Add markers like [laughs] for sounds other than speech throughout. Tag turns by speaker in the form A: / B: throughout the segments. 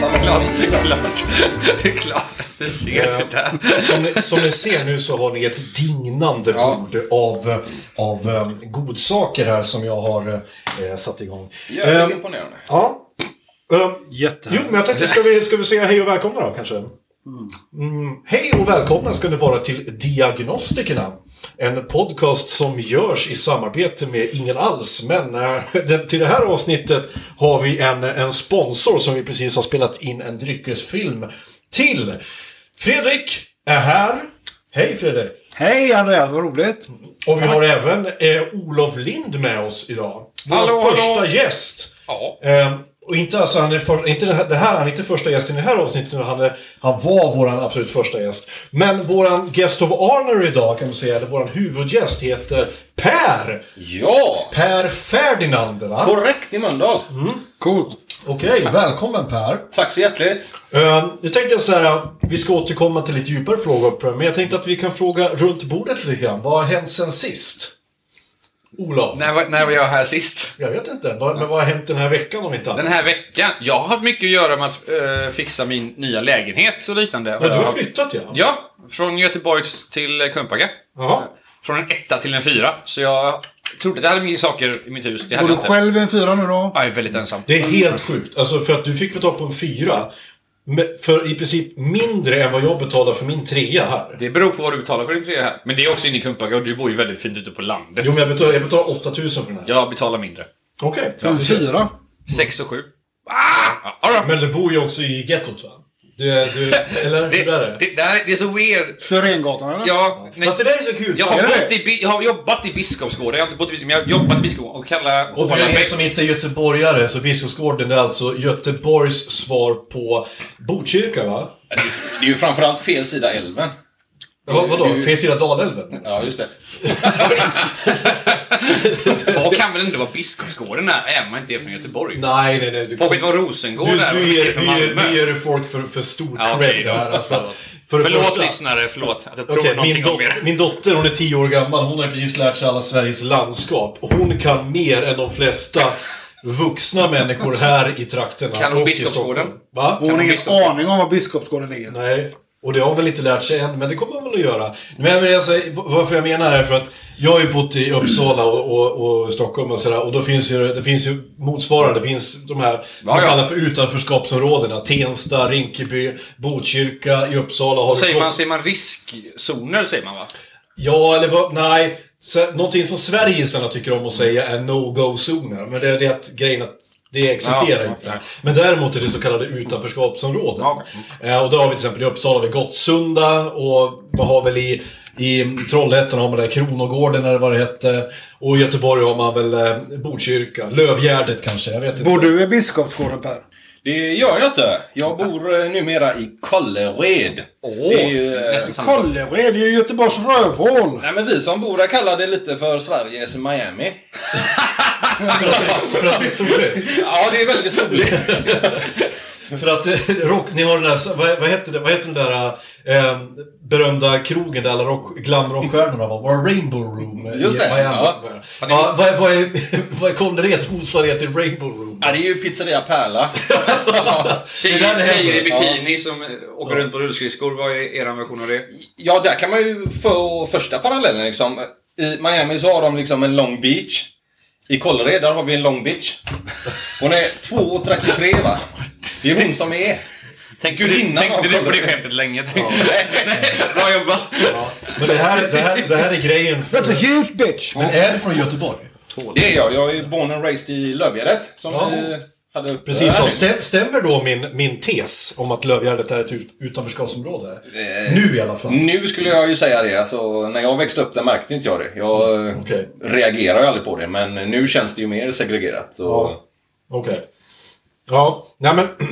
A: Samma
B: Klart,
A: grej.
B: det är klart. Det är klart att du ser det där.
A: Som ni, som ni ser nu så har ni ett dignande
B: Ja.
A: bord av, av em, godsaker här som jag har eh, satt igång. Eh, Em,
B: Jävligt imponerande.
A: ja. Em, jo,
C: Jättehärligt.
A: men jag tänkte, ska vi, ska vi säga hej och välkomna då kanske? Mm, hej och välkomna ska ni vara till Diagnostikerna. En podcast som görs i samarbete med ingen alls. Men eh, det- till det här avsnittet har vi en, en sponsor som vi precis har spelat in en dryckesfilm till. Fredrik är här. Hej Fredrik!
C: Hej Andreas, vad roligt!
A: Och vi har även eh, Olof Lind med oss idag. Vår
B: Hallå, hallå.
A: första gäst.
B: Ja.
A: Ehm, och inte alltså, han är för, inte den här, det här, han är inte första gästen i det här avsnittet, utan han, är, han var vår absolut första gäst. Men vår guest of honor idag, kan man säga, eller vår huvudgäst, heter Per!
B: Ja!
A: Per Ferdinand, va?
B: Korrekt i Mölndal.
C: Coolt!
A: Okej, välkommen Per!
B: Tack så hjärtligt.
A: Ehm, nu tänkte jag så här, vi ska återkomma till lite djupare frågor, Per, men jag tänkte att vi kan fråga runt bordet lite grann. Vad har hänt sen sist? Olof?
B: När var, när var jag här sist?
A: Jag vet inte. Vad, men vad har hänt den här veckan om inte annat?
B: Den här veckan? Jag har haft mycket att göra med att eh, fixa min nya lägenhet och liknande.
A: Ja, du
B: Jag
A: har
B: har-
A: flyttat ja.
B: Ja, från Göteborg till eh, Kungsbacka.
A: Ja.
B: Från en etta till en fyra. Så jag trodde att jag hade mycket saker i mitt hus. Det hade
C: Går du
B: jag inte.
C: själv i en fyra nu då?
B: Ja, Jag är väldigt ensam.
A: Det är helt sjukt. Alltså för att du fick få tag på en fyra. med- För i princip mindre än vad jag betalar för min trea här.
B: Det beror på vad du betalar för din trea här. Men det är också inne i Kungsbacka och du bor ju väldigt fint ute på landet.
A: Jo, men jag betalar, jag betalar 8000 för den här.
B: Jag betalar mindre.
A: Okej.
C: En fyra?
B: sex och sju Ah! Ja, all right.
A: Men du bor ju också i gettot va? Du, du,
B: [laughs]
A: eller
B: det,
A: hur är
B: det,
A: det?
B: det, här, det är så weird.
C: Sörengatan eller?
B: Ja, nej.
A: Fast det där är så kul.
B: Jag
A: för-
B: har,
C: Är det
B: bott i, Bi- jag har jobbat i Biskopsgården. Jag har inte bott i Biskopsgården, men jag har jobbat i Biskopsgården. Och kallar
A: Och för er
B: Åvalabäck-
A: som inte är göteborgare så Biskopsgården är alltså Göteborgs svar på Botkyrka va?
D: Det är ju framförallt fel sida älven.
A: Va- Vadå?
D: du-
A: Fel sida Dalälven?
D: Ja, just det.
B: Folk kan väl ändå vara Biskopsgården här, även om man inte är från Göteborg?
A: Nej, nej, nej. Du,
B: Folk vet vad Rosengård
A: Nu,
B: är,
A: nu,
B: och är
A: ger,
B: från
A: nu, ger,
B: Malmö.
A: nu ger du folk för, för stor
B: Ja, okej
A: cred
B: då.
A: här alltså. För det
B: Förlåt
A: första-
B: lyssnare, förlåt att jag tror
A: Okej, min,
B: någonting om
A: dot-
B: er.
A: min dotter, hon är 10 år gammal, hon har precis lärt sig alla Sveriges landskap. Och Hon kan mer än de flesta vuxna människor här i trakterna.
B: Kan hon
A: och i
B: Biskopsgården?
A: Stockholm. Va?
C: Hon har ingen
B: Biskopsgården?
C: aning om var Biskopsgården ligger.
A: Nej, och det har hon väl inte lärt sig än, men det kommer hon väl att göra. Men men alltså, v- varför jag menar är för att jag har ju bott i Uppsala och, och, och Stockholm och sådär, och då finns ju, det finns ju motsvarande. Det finns de här som
B: Ja,
A: man
B: ja.
A: kallar för utanförskapsområdena. Tensta, Rinkeby, Botkyrka, i Uppsala har
B: Säger
A: Stock-
B: man, säger man riskzoner, säger man va?
A: Ja, eller vad, nej. Så, någonting som sverigesarna tycker om att säga är no-go-zoner. Men det är det att grejen att det existerar
B: Ja,
A: inte.
B: okej.
A: Men däremot är det så kallade utanförskapsområden.
B: Ja,
A: Eh, och då har vi till exempel i Uppsala vid Gottsunda och vad har väl i, i Trollhättan har man där Kronogården eller vad det hette. Och i Göteborg har man väl eh, Botkyrka, Lövgärdet kanske, jag vet inte.
C: Bor du i Biskopsgården Per?
D: Det gör jag inte. Jag bor eh, numera i Kållered.
B: Åh,
D: det är ju... eh,
B: nästan samma.
C: Kållered, det är ju Göteborgs rövhål!
D: Nej, men vi som bor där kallar det lite för Sveriges Miami.
A: För att det- för att det är soligt.
D: Ja, det är väldigt soligt.
A: För att eh, rock, ni har den där, vad, vad heter det, vad heter den där eh, berömda krogen där alla rock, glamrockstjärnorna var? Var det Rainbow Room i
D: Just det,
A: Miami?
D: ja.
A: Ja, vad, vad är, [laughs] vad är Kållereds motsvarighet till Rainbow Room?
D: Ja, det är ju pizzeria Pärla.
B: Tjejer,
A: det
B: tjejer i
A: händer,
D: ja.
B: bikini som eh, åker runt på rullskridskor, vad är er version av det?
D: Ja, där kan man ju få första parallellen liksom. I Miami så har de liksom en Long Beach. I Kållered, där har vi en Long Beach. Hon är 2,33 va? Det är hon som är.
B: Tänkte du,
D: Gudinnan
B: tänkte du på det
D: avkommer.
B: skämtet länge?
A: [laughs]
B: Nej, Bra jobbat!
A: Men det här, det här, det här är grejen.
C: That's a huge bitch!
A: Men är du från Göteborg?
D: Det är jag. Jag är ju born and raised i Lövgärdet. Som
A: Ja.
D: vi hade uppe
A: Precis,
D: här
A: så.
D: nyss.
A: Stäm, stämmer då min, min tes om att Lövgärdet är ett ut- utanförskapsområde?
D: Eh,
A: Nu i alla fall.
D: Nu skulle jag ju säga det. Alltså, när jag växte upp där märkte inte jag det. Jag eh,
A: Mm, Okej.
D: reagerar ju aldrig på det, men nu känns det ju mer segregerat. Och...
A: Ja. Okej. Ja, nej men... [clears throat]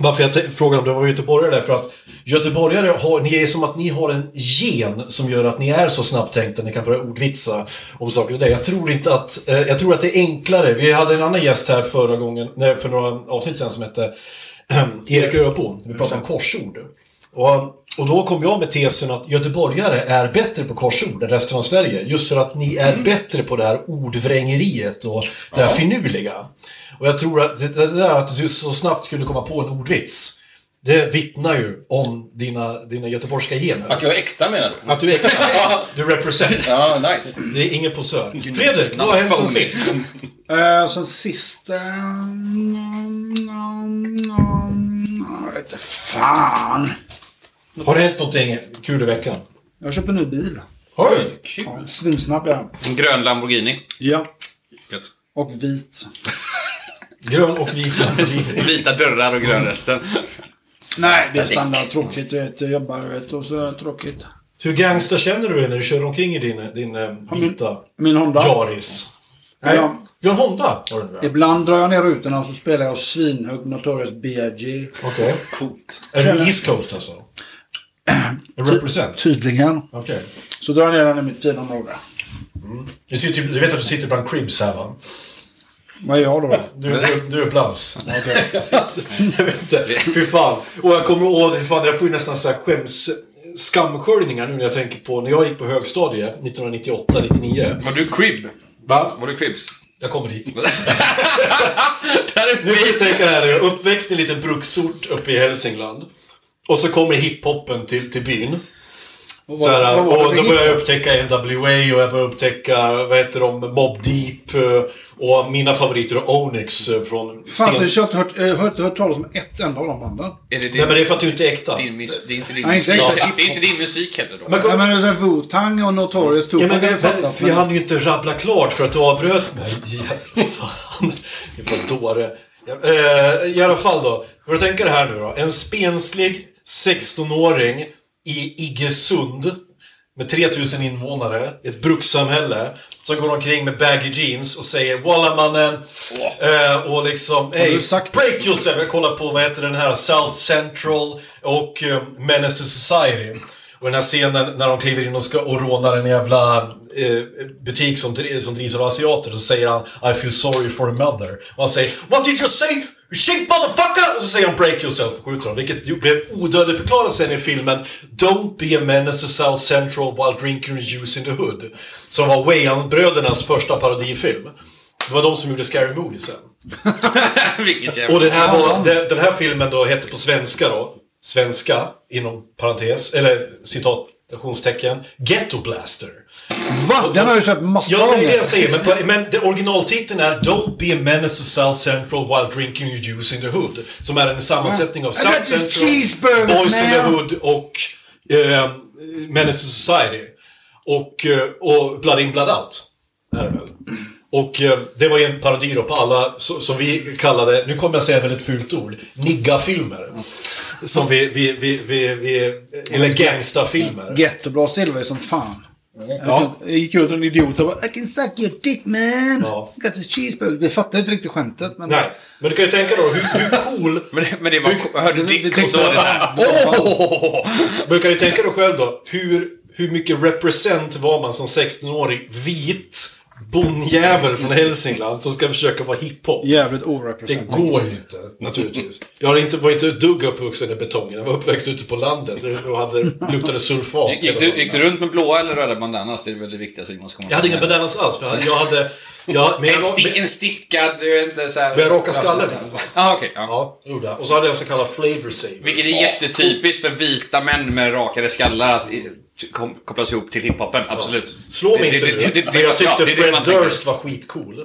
A: Varför jag t- frågade om du var göteborgare är för att göteborgare har, ni är som att ni har en gen som gör att ni är så snabbtänkta, ni kan börja ordvitsa om saker och ting. Jag tror inte att, eh, jag tror att det är enklare. Vi hade en annan gäst här förra gången, nej, för några avsnitt sedan som hette [clears throat] Erik Örebom. Vi pratade om korsord. Och, och då kom jag med tesen att göteborgare är bättre på korsord än resten av Sverige. Just för att ni är bättre på det här ordvrängeriet och det här finurliga. Och jag tror att det, det där att du så snabbt kunde komma på en ordvits, det vittnar ju om dina, dina göteborgska gener.
D: Att jag är äkta menar du?
A: Att du är [laughs] Du represent.
D: Ja, nice.
A: Det är ingen posör. Fredrik, vad har hänt sen
B: Phony.
A: sist?
C: Eh, sen sista... Mm, mm, mm, Jag vet inte fan.
A: Har det hänt någonting kul i veckan?
C: Jag köper en ny bil.
A: Har
C: Ja, Svinsnabb är den.
B: En grön Lamborghini.
C: Ja.
B: Gött.
C: Och vit.
A: Grön och [laughs] vit Lamborghini.
B: Vita dörrar och grön resten.
C: Nej, det är standard. Tråkigt. Jag vet, jag jobbar vet, och så är det tråkigt.
A: Hur gangster känner du dig när du kör omkring i din, din eh, vita
C: Min Honda.
A: Jaris? Nej,
C: Ja.
A: du har en Honda? Har du det?
C: Ibland drar jag ner rutorna och så spelar jag svinhög Notorious B.I.G.
A: Okej.
D: Coolt.
A: Är du East Coast [clears throat] alltså? Represent?
C: Tydligen.
A: Okej.
C: Så drar jag ner den i mitt fina område.
A: Du, sitter, ju- typ- du vet att du sitter bland cribs här va?
C: Vad är jag då?
A: Du, du, du är plats. [laughs] jag vet inte. Fy fan. Och jag kommer ihåg, fy fan, jag får ju nästan så här skäms skamsköljningar nu när jag tänker på när jag gick på högstadiet 1998-99.
B: Var du crib?
A: Va?
B: Var du cribs?
A: Jag kommer dit.
B: Där uppe
A: Nu
B: i...
A: tänker jag här, jag är uppväxt i en liten bruksort uppe i Hälsingland. Och så kommer hiphopen till, till byn.
C: Och
A: Så här,
C: vad- vad-
A: och då började jag upptäcka NWA och jag började upptäcka, vad heter de, Mob Deep. eh, Och mina favoriter är Onyx eh, från Sten...
C: Fan, jag har inte hört, eh, hört, hört talas om ett enda av de banden.
B: Är det din,
A: Nej men det är för att du inte är äkta.
B: din mus- det är inte din
C: Nej, inte
B: musik.
C: riktigt.
B: Det är inte din musik heller då.
A: Men,
C: Nej,
A: kom,
C: men det är så här Wu-Tang och Notorious
A: ja,
C: Tupac
A: men
C: kan
A: det,
C: jag fatta.
A: för jag
C: Men
A: hann ju inte rabbla klart för att du avbröt mig. Jävla [laughs] fan. Jävla dåre. Eh, I alla fall då. Får du tänka det här nu då. En spenslig 16-åring i Iggesund med 3000 invånare, ett brukssamhälle, som går omkring med baggy jeans och säger “Walla mannen” eh, och liksom “Ey,
C: du sagt-
A: break yourself!” Jag kollar på, vad heter den här, South Central och eh, Menace to Society. Och den här scenen när de kliver in och, ska, och rånar en jävla eh, butik som, dri- som drivs av asiater, så säger han “I feel sorry for a mother” och han säger “What did you say?” Shit motherfucker! Och så säger de break yourself och skjuter honom. Vilket ju blev odödligförklarat sen i filmen Don't be a menace to South Central while drinking your juice in the hood. Som var Wayans-brödernas första parodifilm. Det var de som gjorde Scary Movie sen.
B: Vilket
A: Och
B: jävla...
A: den här, var, de- den här filmen då hette på svenska då. Svenska, inom parentes, eller citationstecken, Ghetto Blaster.
C: Va? Den har jag ju sett massor
A: Ja,
C: av
A: det är det
C: gånger.
A: jag säger. Men, på- men det- originaltiteln är Don't be a menace to South Central while drinking your juice in the hood. Som är en sammansättning av
C: I
A: South
C: got these
A: Central,
C: cheeseburgers,
A: Boys in the
C: man.
A: Hood och eh, Menace to Society. Och, eh, och Blood in, Blood out. Är det väl. Och eh, det var ju en parodi då på alla, så, som vi kallade, nu kommer jag säga väldigt fult ord, nigga-filmer. Som vi, vi, vi, vi, vi eller gangsta-filmer.
C: Gettobra Silver är som fan.
A: Ja.
C: Jag gick ut som en idiot och bara I can suck your dick man.
A: Ja.
C: I got this cheeseburger. Vi fattar inte riktigt skämtet. Men
A: Nej, men du kan ju tänka då hur, hur cool
B: Men det, men det var... Jag hörde
C: Vi- vi
B: Dick och
C: tyckte-
B: så var det såhär... Åh!
A: Men du kan ju tänka dig själv då, hur, hur mycket represent var man som 16-årig vit bonjävel från Hälsingland som ska försöka vara hiphop?
C: Jävligt
A: Det
C: orepresentativt.
A: går ju inte, naturligtvis. Jag har inte, var inte ett dugg uppvuxen i betongen. Jag var uppväxt ute på landet och hade, luktade surfat.
B: Gick du, gick du runt med blåa eller röda bandanas? Det är väl det viktigaste vi måste komma
A: Jag hade inga bandanas alls, för jag hade... Jag hade jag, men jag,
B: En, stick, en stickad... du vet inte, så här-
A: men jag råkade skallen i alla fall.
B: Ja, okej. ja.
A: Ja, det gjorde jag. Och så hade jag en så kallad flavor saver.
B: Vilket är jättetypiskt för vita män med rakade skallar att i- t- kom- kopplas ihop till hiphopen. Absolut.
A: Slå mig
B: Det-
A: inte
B: det-
A: nu.
B: det- det-
A: Men jag
B: ja,
A: tyckte
B: det är det
A: Fred
B: man tänker.
A: Durst var skitcool.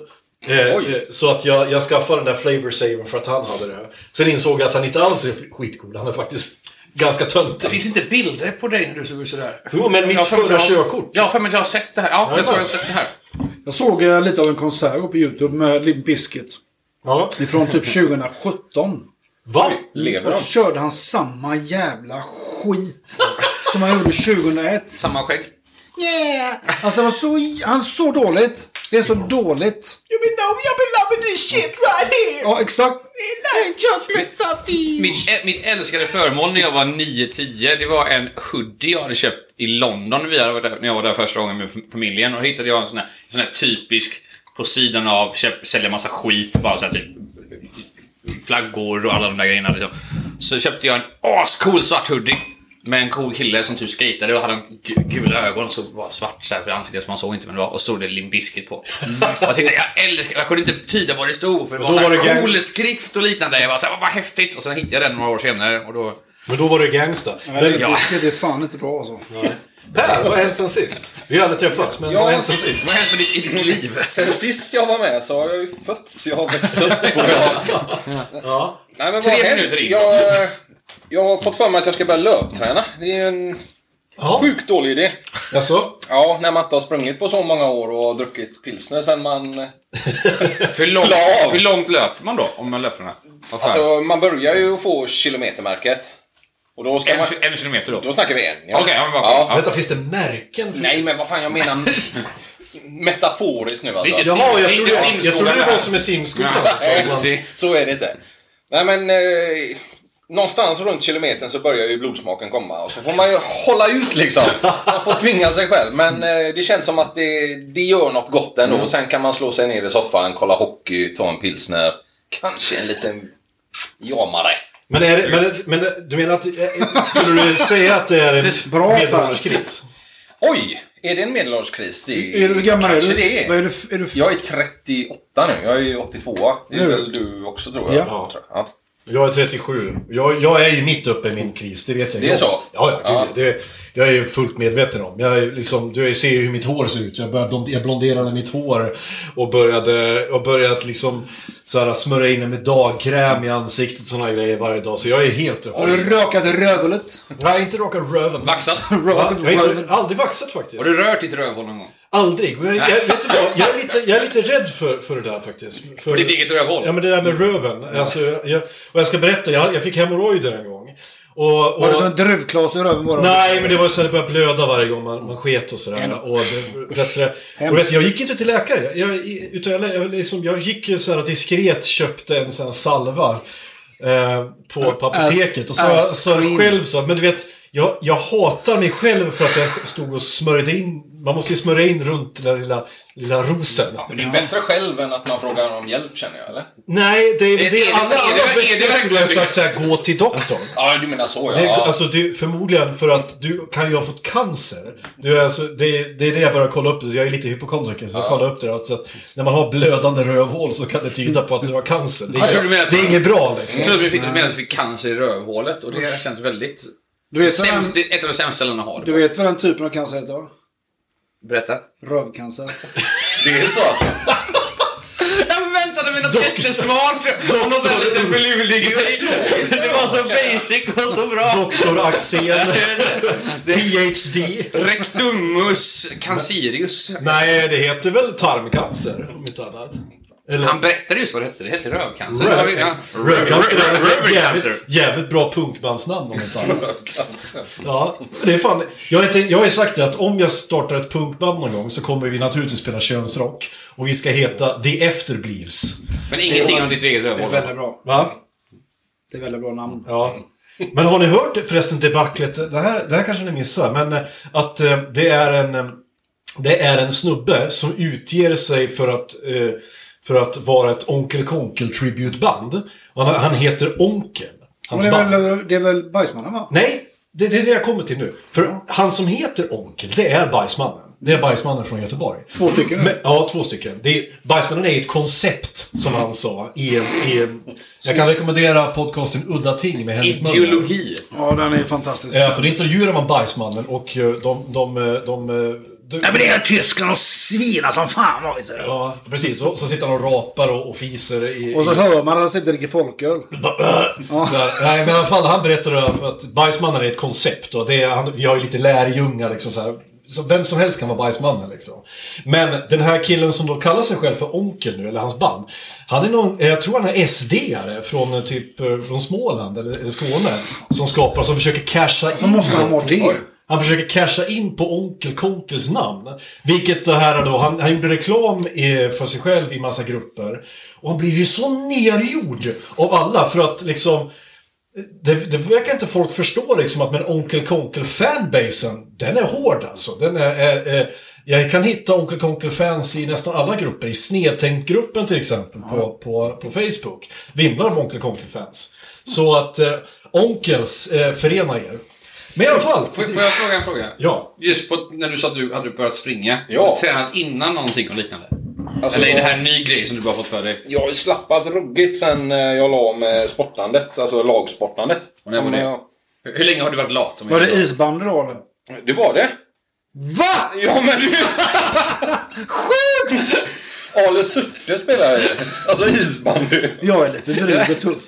A: Eh,
B: Oj.
A: eh, Så att jag, jag skaffade den där flavor savern för att han hade det. Sen insåg jag att han inte alls är skitcool. Han är faktiskt ganska
B: Det
A: töntig.
B: finns inte bilder på dig när du såg ut sådär.
A: Jo, men mitt
B: Jag har för mig
A: förra
B: att jag har-
A: körkort.
B: Ja, för mig att jag har sett det här. Ja, jag
A: Jajamän.
B: tror jag har sett det här.
C: Jag såg eh, lite av en konsert på YouTube med Limp Bizkit.
A: Ja.
C: Ifrån typ 2017.
A: Va?
D: Lever
C: Och
D: de?
C: så körde han samma jävla skit som han gjorde 2001.
B: Samma skägg.
C: Yeah! Alltså det var så, han så dåligt. Det är så dåligt.
A: You be know you be loving this shit right here!
C: Ja, exakt. Min-
B: Mitt, ä- eh, mitt älskade föremål när jag var 9-10, det var en hoodie jag hade köpt i London när vi hade varit där, när jag var där första gången med f- familjen. Och då hittade jag en sån här, en sån här typisk, på sidan av, köp, sälja massa skit bara så här, typ flaggor och alla de där grejerna liksom. Så köpte jag en ascool svart hoodie. Med en cool kille som typ skejtade och hade en gu- gula ögon så var svart så här för ansiktet så man såg inte vem det var och stod det Limbiskit på. Jag tänkte jag älskar, jag kunde inte tyda vad det stod för det Mm. var,
A: Då
B: så här
A: var det gang-
B: cool skrift och liknande. Jag var såhär, vad häftigt! Och sen hittade jag den några år senare och då...
A: Men då var det gangsta. Men,
C: Limp Bizkit är fan inte bra alltså.
A: Per, vad har hänt sen sist? Vi har aldrig träffats, men vad har hänt sen sist?
B: Vad har hänt med ditt, i ditt liv?
D: Sen sist jag var med så har jag ju fötts. Jag har växt upp. Och jag...
A: [laughs] Ja.
D: Nej, men vad
B: Tre
D: har hänt?
B: minuter in.
D: Jag, jag har fått för mig att jag ska börja löpträna. Det är ju en
A: Ja.
D: sjukt dålig idé.
A: Jaså?
D: Ja, när man inte har sprungit på så många år och har druckit pilsner sen man...
B: [laughs] Hur långt,
D: Lav.
B: hur långt löper man då? Om man löper den här? Alltså,
D: Alltså, man börjar ju få kilometermärket. Och då ska
B: en,
D: man...
B: en kilometer då?
D: Då snackar vi en, ja.
B: Okej, ja, men vad skönt.
D: ja.
A: Vänta, finns det märken? För...
D: Nej, men vad fan, jag menar
B: [laughs]
D: metaforiskt nu alltså.
B: Lite
A: Jaha, jag
B: Det är
A: trodde,
B: inte
A: jag,
B: simskolan
A: jag trodde det
B: det
A: var
B: här.
A: som i simskolan.
B: Nej,
A: så man-
B: det-
D: Så är det inte. Nej men... Eh, någonstans runt kilometern så börjar ju blodsmaken komma och så får man ju hålla ut liksom. Man får tvinga sig själv. Men eh, det känns som att det, det gör något gott ändå.
B: Mm.
D: Och sen kan man slå sig ner i soffan, kolla hockey, ta en pilsner. Kanske en liten jamare.
A: Men, är det, men, det- men det- du menar att... eh, Skulle du säga att det är en
C: Bra, Per.
A: medelålderskris?
D: Oj! Är det en medelålderskris? Det är,
C: Är du, hur gammal är
D: kanske
C: du?
D: det
C: Vad
D: är.
C: är du? Är du
D: Jag är 38 nu. Jag är ju 82. Det är
C: Nu.
D: väl du också tror jag.
C: Ja.
D: Tror jag. ja.
A: Jag är 37. Jag, jag är ju mitt uppe i min kris, det vet jag.
D: Det är
A: Jag-
D: så?
A: Ja, ja.
D: Ja.
A: gud, Det, jag är ju fullt medveten om. Jag är liksom, du ser ju hur mitt hår ser ut. Jag, började, blond- jag blonderade mitt hår och började, och börjat liksom så här, smörja in det med dagkräm i ansiktet och såna grejer varje dag. Så jag är helt uppe.
C: har du rakat rövhålet?
A: Jag har inte rakat
B: [laughs]
A: röven.
B: Vaxat?
A: Va?
C: Rakat
A: Jag har
C: rövhålet?
A: inte, aldrig vaxat faktiskt.
B: Har du rört ditt rövhål någon gång?
A: Aldrig. Och Jag, jag, vet du vad? jag, är lite, jag är lite rädd för, för det där faktiskt. För,
B: På ditt eget rövhål?
A: Ja, men det där med röven. Alltså, jag, och jag ska berätta, jag, jag fick hemorrojder en gång. Och, och,
C: Var det som en druvklas i röven bara?
A: Nej, men det var så att det började blöda varje gång man, man sket och
C: Mm.
A: sådär. Och, det, vet du, och vet, du, jag gick inte till läkare. Jag, utan jag, jag, liksom, jag gick ju så här diskret köpte en sån här salva eh, på, på apoteket. Och så
C: as-
A: jag- så jag
C: Alltså, cream.
A: själv så, men du vet, jag, jag hatar mig själv för att jag stod och smörjde in. Man måste ju smörja in runt den där lilla, lilla rosen.
D: Men det är bättre själv än att man frågar om hjälp känner jag, eller?
A: Nej, det, det,
B: är det-
A: alla,
B: är det-
A: alla
B: är det
A: veckor skulle jag
B: verkligen-
A: så att säga gå till doktorn.
D: Ja, du menar så ja.
A: Det,
D: ja.
A: alltså, det, förmodligen för att du kan ju ha fått cancer. Du, är alltså, det, det är det jag börjar kolla upp. Så Jag är lite hypokondriker, så jag kollar upp det. där. Så att när man har blödande rövhål så kan det tyda på att du har cancer. Det
B: Jag tror
A: är,
B: du menar att-
A: det är inget bra liksom.
B: Jag trodde du fick- du menade att du fick cancer i rövhålet och det känns väldigt...
C: Du vet, vad den,
B: Sämst, det är ett av de sämsta ställena att ha
C: du
B: det.
C: vet vad den typen av cancer heter va?
B: Berätta.
C: Rövcancer.
D: Det är så alltså.
B: Jag väntade mig något jättesmart och något sånt lite finurlig grej. Det var så basic och så bra.
A: Doktor Axén. PhD.
B: Rectumus cancerius.
A: Nej, det heter väl tarmcancer om inte annat. Eller,
B: Han berättade just vad det hette. Det hette rövcancer. Det var ju- ja.
A: Röv- Rövcancer
B: Röv-
A: är ett
B: Rövcancer.
A: jävligt, jävligt bra punkbandsnamn om inte annat. Ja, det är fan. Jag, har tänkt- jag har ju sagt det att om jag startar ett punkband någon gång så kommer vi naturligtvis spela könsrock. Och vi ska heta The Efterblives.
B: Men ingenting om ditt eget
C: Det är
B: rövhål.
C: väldigt bra.
A: Va?
C: Det är väldigt bra namn.
A: Ja. Men har ni hört förresten debaclet? Det här, det här kanske ni missar, men eh, att eh, det är en... eh, Det är en snubbe som utger sig för att, eh, för att vara ett Onkel Konkel tributeband. Och Han, han heter Onkel.
C: Men
A: Hans
C: det,
A: band.
C: är väl, det är väl Bajsmannen va?
A: Nej, det, det är det jag kommer till nu. För han som heter Onkel, det är Bajsmannen. Det är Bajsmannen från Göteborg.
C: Två stycken.
A: Men, ja, två stycken. Det är, Bajsmannen är ett koncept, som han sa. I en, i en, jag kan rekommendera podcasten Udda Ting med Henrik Möller.
B: Ideologi.
C: Ja, den är fantastisk.
A: Eh, För det intervjuar man Bajsmannen och eh, de... de, eh, de, eh, du-
E: Ja, men det är Tyskland och svina som fan var det.
A: Ja, precis. Och så sitter han och rapar och, och fiser. I,
C: Och så hör man att han sitter och dricker folköl.
A: Sådär. Nej, men i alla fall, han berättade det här för att Bajsmannen är ett koncept. Och det är, han, vi har ju lite lärjungar liksom så här. Så vem som helst kan vara Bajsmannen liksom. Men den här killen som då kallar sig själv för Onkel nu, eller hans band. Han är någon, eh, jag tror han är SD-are från eh, typ eh, från Småland eller eller Skåne. Som skapar, som försöker casha in.
C: Så måste han ha det.
A: Han försöker casha in på Onkel Konkels namn. Vilket det här då, han, han gjorde reklam eh, för sig själv i massa grupper. Och han blev ju så nergjord av alla för att liksom det, det verkar inte folk förstå liksom att men Onkel Konkel fanbasen, den är hård alltså. Den är, är, är, jag kan hitta Onkel Konkel fans i nästan alla grupper. I Snedtänkt-gruppen till exempel på, på, på Facebook. Vimlar av Onkel Konkel fans. Så att eh, Onkels, eh, förena er. Men i alla fall.
B: Får, får jag fråga en fråga?
A: Ja.
B: Just på, när du sa att du hade börjat springa.
D: Ja.
B: Har du Tränat innan någonting och liknande.
D: Alltså,
B: Eller är det här en ny grej som du bara fått för dig?
D: Jag har ju slappat ruggigt sen eh, jag la om eh, sportandet, alltså Mm, lagsportandet.
B: Och när var det?
D: Jag-
B: Hur, hur länge har du varit lat? Om jag
C: Var det
B: inte-
C: isbandy då eller?
D: Det var det.
C: VA?
D: Ja, men du... [laughs] Sjukt! Ale Surte spelar ju. Alltså isbandy.
C: Jag är lite dryg och tuff.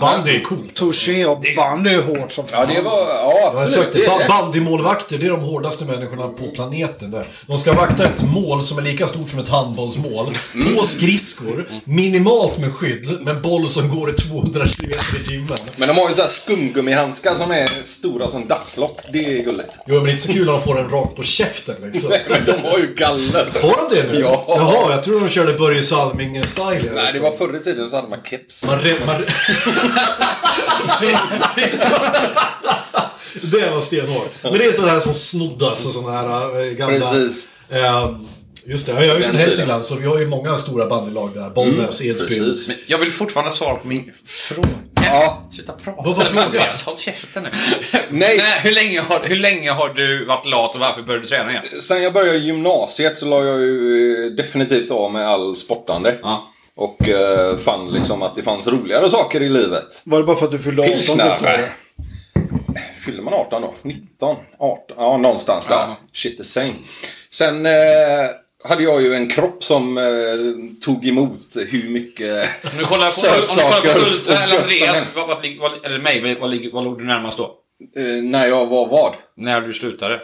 A: Bandy är coolt.
C: Touché och bandy är hårt som
D: Ja,
C: fan.
D: det var... Ja,
A: Jag har
D: absolut.
A: sökt
D: Det Mm. är
A: ba-
D: det.
A: bandymålvakter, det är de hårdaste människorna på planeten. Där. De ska vakta ett mål som är lika stort som ett handbollsmål,
D: Mm.
A: på skridskor, minimalt med skydd, med en boll som går i 200 km i timmen.
D: Men de har ju så här skumgummihandskar som är stora som dasslock. Det är gulligt.
A: Jo, men det är inte så kul att de får en rakt på käften
D: [laughs]
A: liksom.
D: Men de har ju galler.
A: Har de det nu?
D: Ja.
A: Jaha, jag tror de körde Börje Salming-style.
D: Nej, det
A: liksom.
D: var förr i tiden så hade man keps.
A: Man re- man det var stenhårt. Men det är sådana här som snoddas och sådana här eh, gamla...
D: Precis.
A: Eh, just det, jag är ju från
D: tiden. Mm,
A: Hälsingland så vi har ju många stora bandylag där. Bollnäs, Edsbyn.
D: Precis.
B: Men jag vill fortfarande ha svar på min fråga.
D: Ja.
B: Sluta prata.
A: Vad var frågan?
B: Andreas, håll käften nu.
D: Nej.
B: hur, länge har, hur länge har du varit lat och varför började du träna igen?
D: Sen jag började gymnasiet så la jag ju eh, definitivt av med all sportande.
B: Ja.
D: Och eh, fann liksom att det fanns roligare saker i livet.
C: Var det bara för att du fyllde 18 typ,
D: Pilsner.
C: eller?
D: Fyller man 18 då? 19? 18? Ja, någonstans där.
B: Ja.
D: Shit the same. Sen eh, hade jag ju en kropp som eh, tog emot hur mycket
B: Om du kollar på, om du kollar på Ultra eller Andreas, vad, vad, lig- vad, eller mig, vad, vad, lig- vad låg du närmast då?
D: Eh, när jag var vad?
B: När du slutade?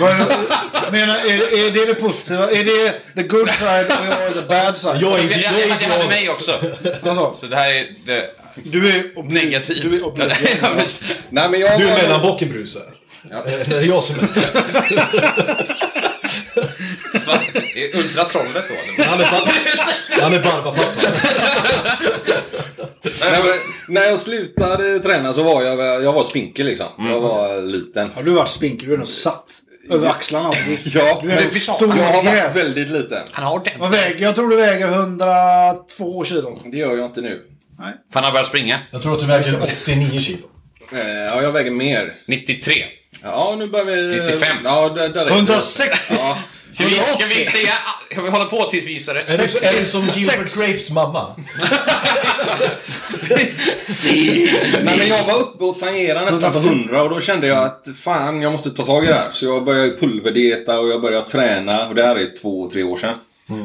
C: Var det- Menar, är, det- är det det positiva? Är det the good side or the bad side?
A: Jag är,
B: Det, det,
A: jag är
B: det, det hade
A: glad.
B: mig också.
C: Vad sa?
B: Så det här är det,
C: Du är ob-
B: negativt.
C: Du är obligatoriskt.
B: [laughs] Ja, precis.
D: Nej, men jag
A: Du
D: var...
A: är mellanbocken Bruse. Eh, Det är jag som är...
B: Va? Är Ultratrollet då?
A: [laughs]
B: eller vad?
A: Han är, bar- han är barbapappa.
D: Nej, men, när jag slutade träna så var jag, väl- jag var spinkel liksom. Jag var liten.
C: Har du varit spinkel? Du är nog satt. Över axlarna. Du,
D: Ja,
C: du är
D: men
C: en
D: vi sa-
C: stor
D: jag har varit
C: pjäs.
D: väldigt liten.
B: Han har den.
C: Vad väger? Jag tror du väger 102 kilo.
D: Det gör jag inte nu.
B: För han har börjat springa.
A: Jag tror att du väger 89 kilo.
D: Eh, Ja, jag väger mer.
B: 93.
D: Ja, nu börjar vi...
B: 95.
D: Ja, där, där är det.
C: 160.
D: Ja.
B: Ska vi, ska vi säga... Ska vi hålla på tills vi gissar
A: Är
B: det?
A: du, så- är du som Gilbert Grapes mamma?
D: Nej, men jag var uppe och tangerade nästan 100 och då kände jag att fan, jag måste ta tag i det här. Så jag började pulverdieta och jag började träna. Och det här är två, tre år sedan.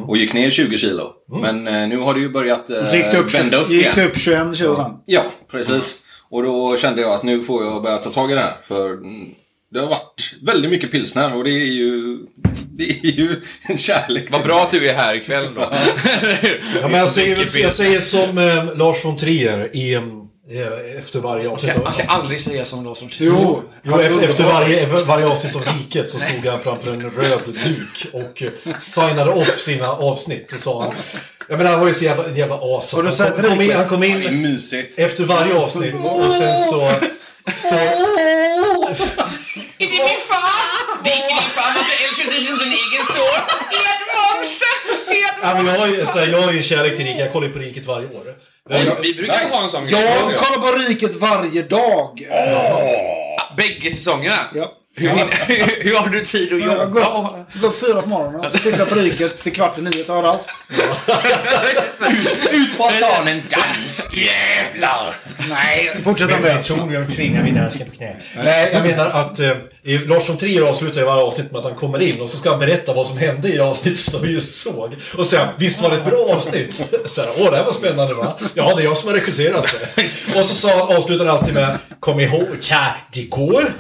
D: Och gick ner 20 kilo. Men eh, nu har det ju börjat eh,
C: Så Mm. gick det upp,
D: vända upp igen.
C: gick det upp 21 kilo sen.
D: Ja, precis. Och då kände jag att nu får jag börja ta tag i det här. För mm, det har varit väldigt mycket pilsner och det är ju... Det är ju en kärlek.
B: Vad bra att du är här ikväll då.
A: Ja, men jag, säger, jag säger som eh, Lars von Trier i, eh, efter varje avsnitt. av-
B: Man ska aldrig säga som Lars von Trier.
C: Jo.
A: Jo, efter, efter varje, efter varje avsnitt av Riket så stod han framför en röd duk och eh, signade off sina avsnitt. Och sa han, jag menar, han var ju så jävla, jävla as.
C: Har du
A: Alltså, han,
C: sett
A: kom, kom in,
C: Riket?
A: han kom
D: Det är
A: in
D: mysigt.
A: efter varje avsnitt och sen så... Står,
B: Är det min far? Det är inte min far. Varför älskar du sin egen son? Ert monster!
A: ja, men jag, har ju- så här, jag har ju en kärlek till Riket, jag kollar ju på Riket varje år.
B: Vi brukar ha en sån grej.
C: Jag kollar på Riket varje dag.
B: Bägge säsongerna?
C: Ja.
B: Hur, hinner- hur har du tid att
C: Jag
B: jobba? [laughs]
C: går, går upp fyra på morgonen och så tittar jag på riket till kvart i nio tar rast.
D: Ut på altanen, dansk jävlar!
C: Nej, fortsätter med
A: Jag
C: det.
A: tror jag tvingar vinnaren på knä. Nej, jag menar att eh, i- Lars von Trier avslutar ju varje avsnitt med att han kommer in och så ska han berätta vad som hände i avsnittet som vi just såg. Och säga visst var det ett bra avsnitt? [laughs] Så här, Åh, det här var spännande va? Ja, det är jag som har regisserat det. Och så sa han, avslutar han alltid med Kom ihåg, tja, det går.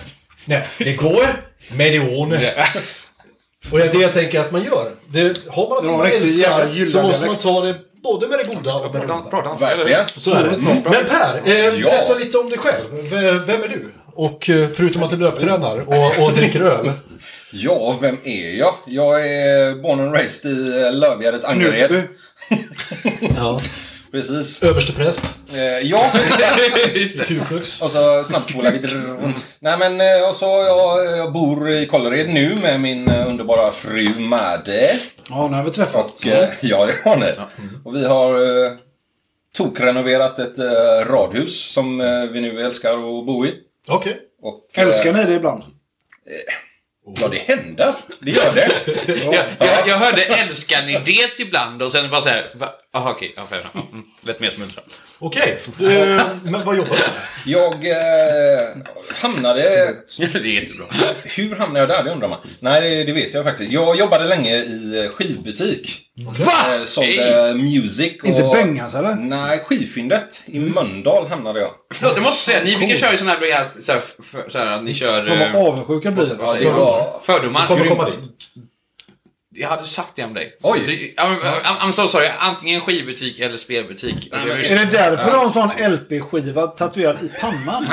A: Nej, det går. Medione. Och det är det jag tänker att man gör. Det, har man
C: Ja,
A: att man
C: riktigt jävla
A: älskar
C: gyllene
A: så måste man
C: dialekt.
A: ta det både med det goda och med det onda.
B: Bra danska, eller?
D: Verkligen.
A: Så är det. Men Per, eh,
D: Ja.
A: berätta lite om dig själv. V- Vem är du? Och eh, förutom att du löptränar och, och dricker öl.
D: Ja, vem är jag? Jag är born and raised i eh, Lövgärdet, Angered.
C: Knutby.
D: [laughs] Precis.
A: Överstepräst,
D: Eh, Ja, exakt.
B: [laughs] Just det.
A: kuklux.
D: Och så snabbspolar vi. Drrrr. Nej men eh, och så har jag, jag bor i Kållered nu med min eh, underbara fru Madde.
C: Ja, nu har vi träffat.
D: Och, eh, [laughs] ja, det har ni.
C: mm.
D: Och vi har eh, tokrenoverat ett eh, radhus som eh, vi nu älskar att bo i.
A: Okej.
D: Och, eh,
C: Älskar ni det ibland?
D: Ja, det händer. Det gör
C: [laughs]
D: det.
B: Jag, jag, jag hörde älskar ni det ibland och sen bara såhär, jaha okej, ja, fair enough. Ja, mm, lät mer som en dröm.
A: Okej. Eh, men vad jobbar du med?
D: Jag eh, hamnade...
B: [laughs] Det är jättebra.
D: Hur hamnade jag där? Det undrar man. Nej, det, det vet jag faktiskt. Jag jobbade länge i eh, skivbutik. Va? Sålde music och...
C: Ah, Inte Bengas eller?
D: Nej, Skivfyndet i Mölndal hamnade jag.
B: Förlåt, jag måste säga, ni brukar köra ju sån här, rejäl- så här, f- f- så här att ni kör...
C: Fan,
B: eh,
C: Vad avundsjuka blir
B: Ja,
C: det.
B: det var fördomar.
A: Kommer komma
B: Grymt.
A: dit.
B: Jag hade sagt det om dig.
D: Oj.
B: Du- ja, men, I'm, I'm so sorry. Antingen skivbutik eller spelbutik. Det var ju-
C: Är det därför du har en sån LP-skiva tatuerad i pannan?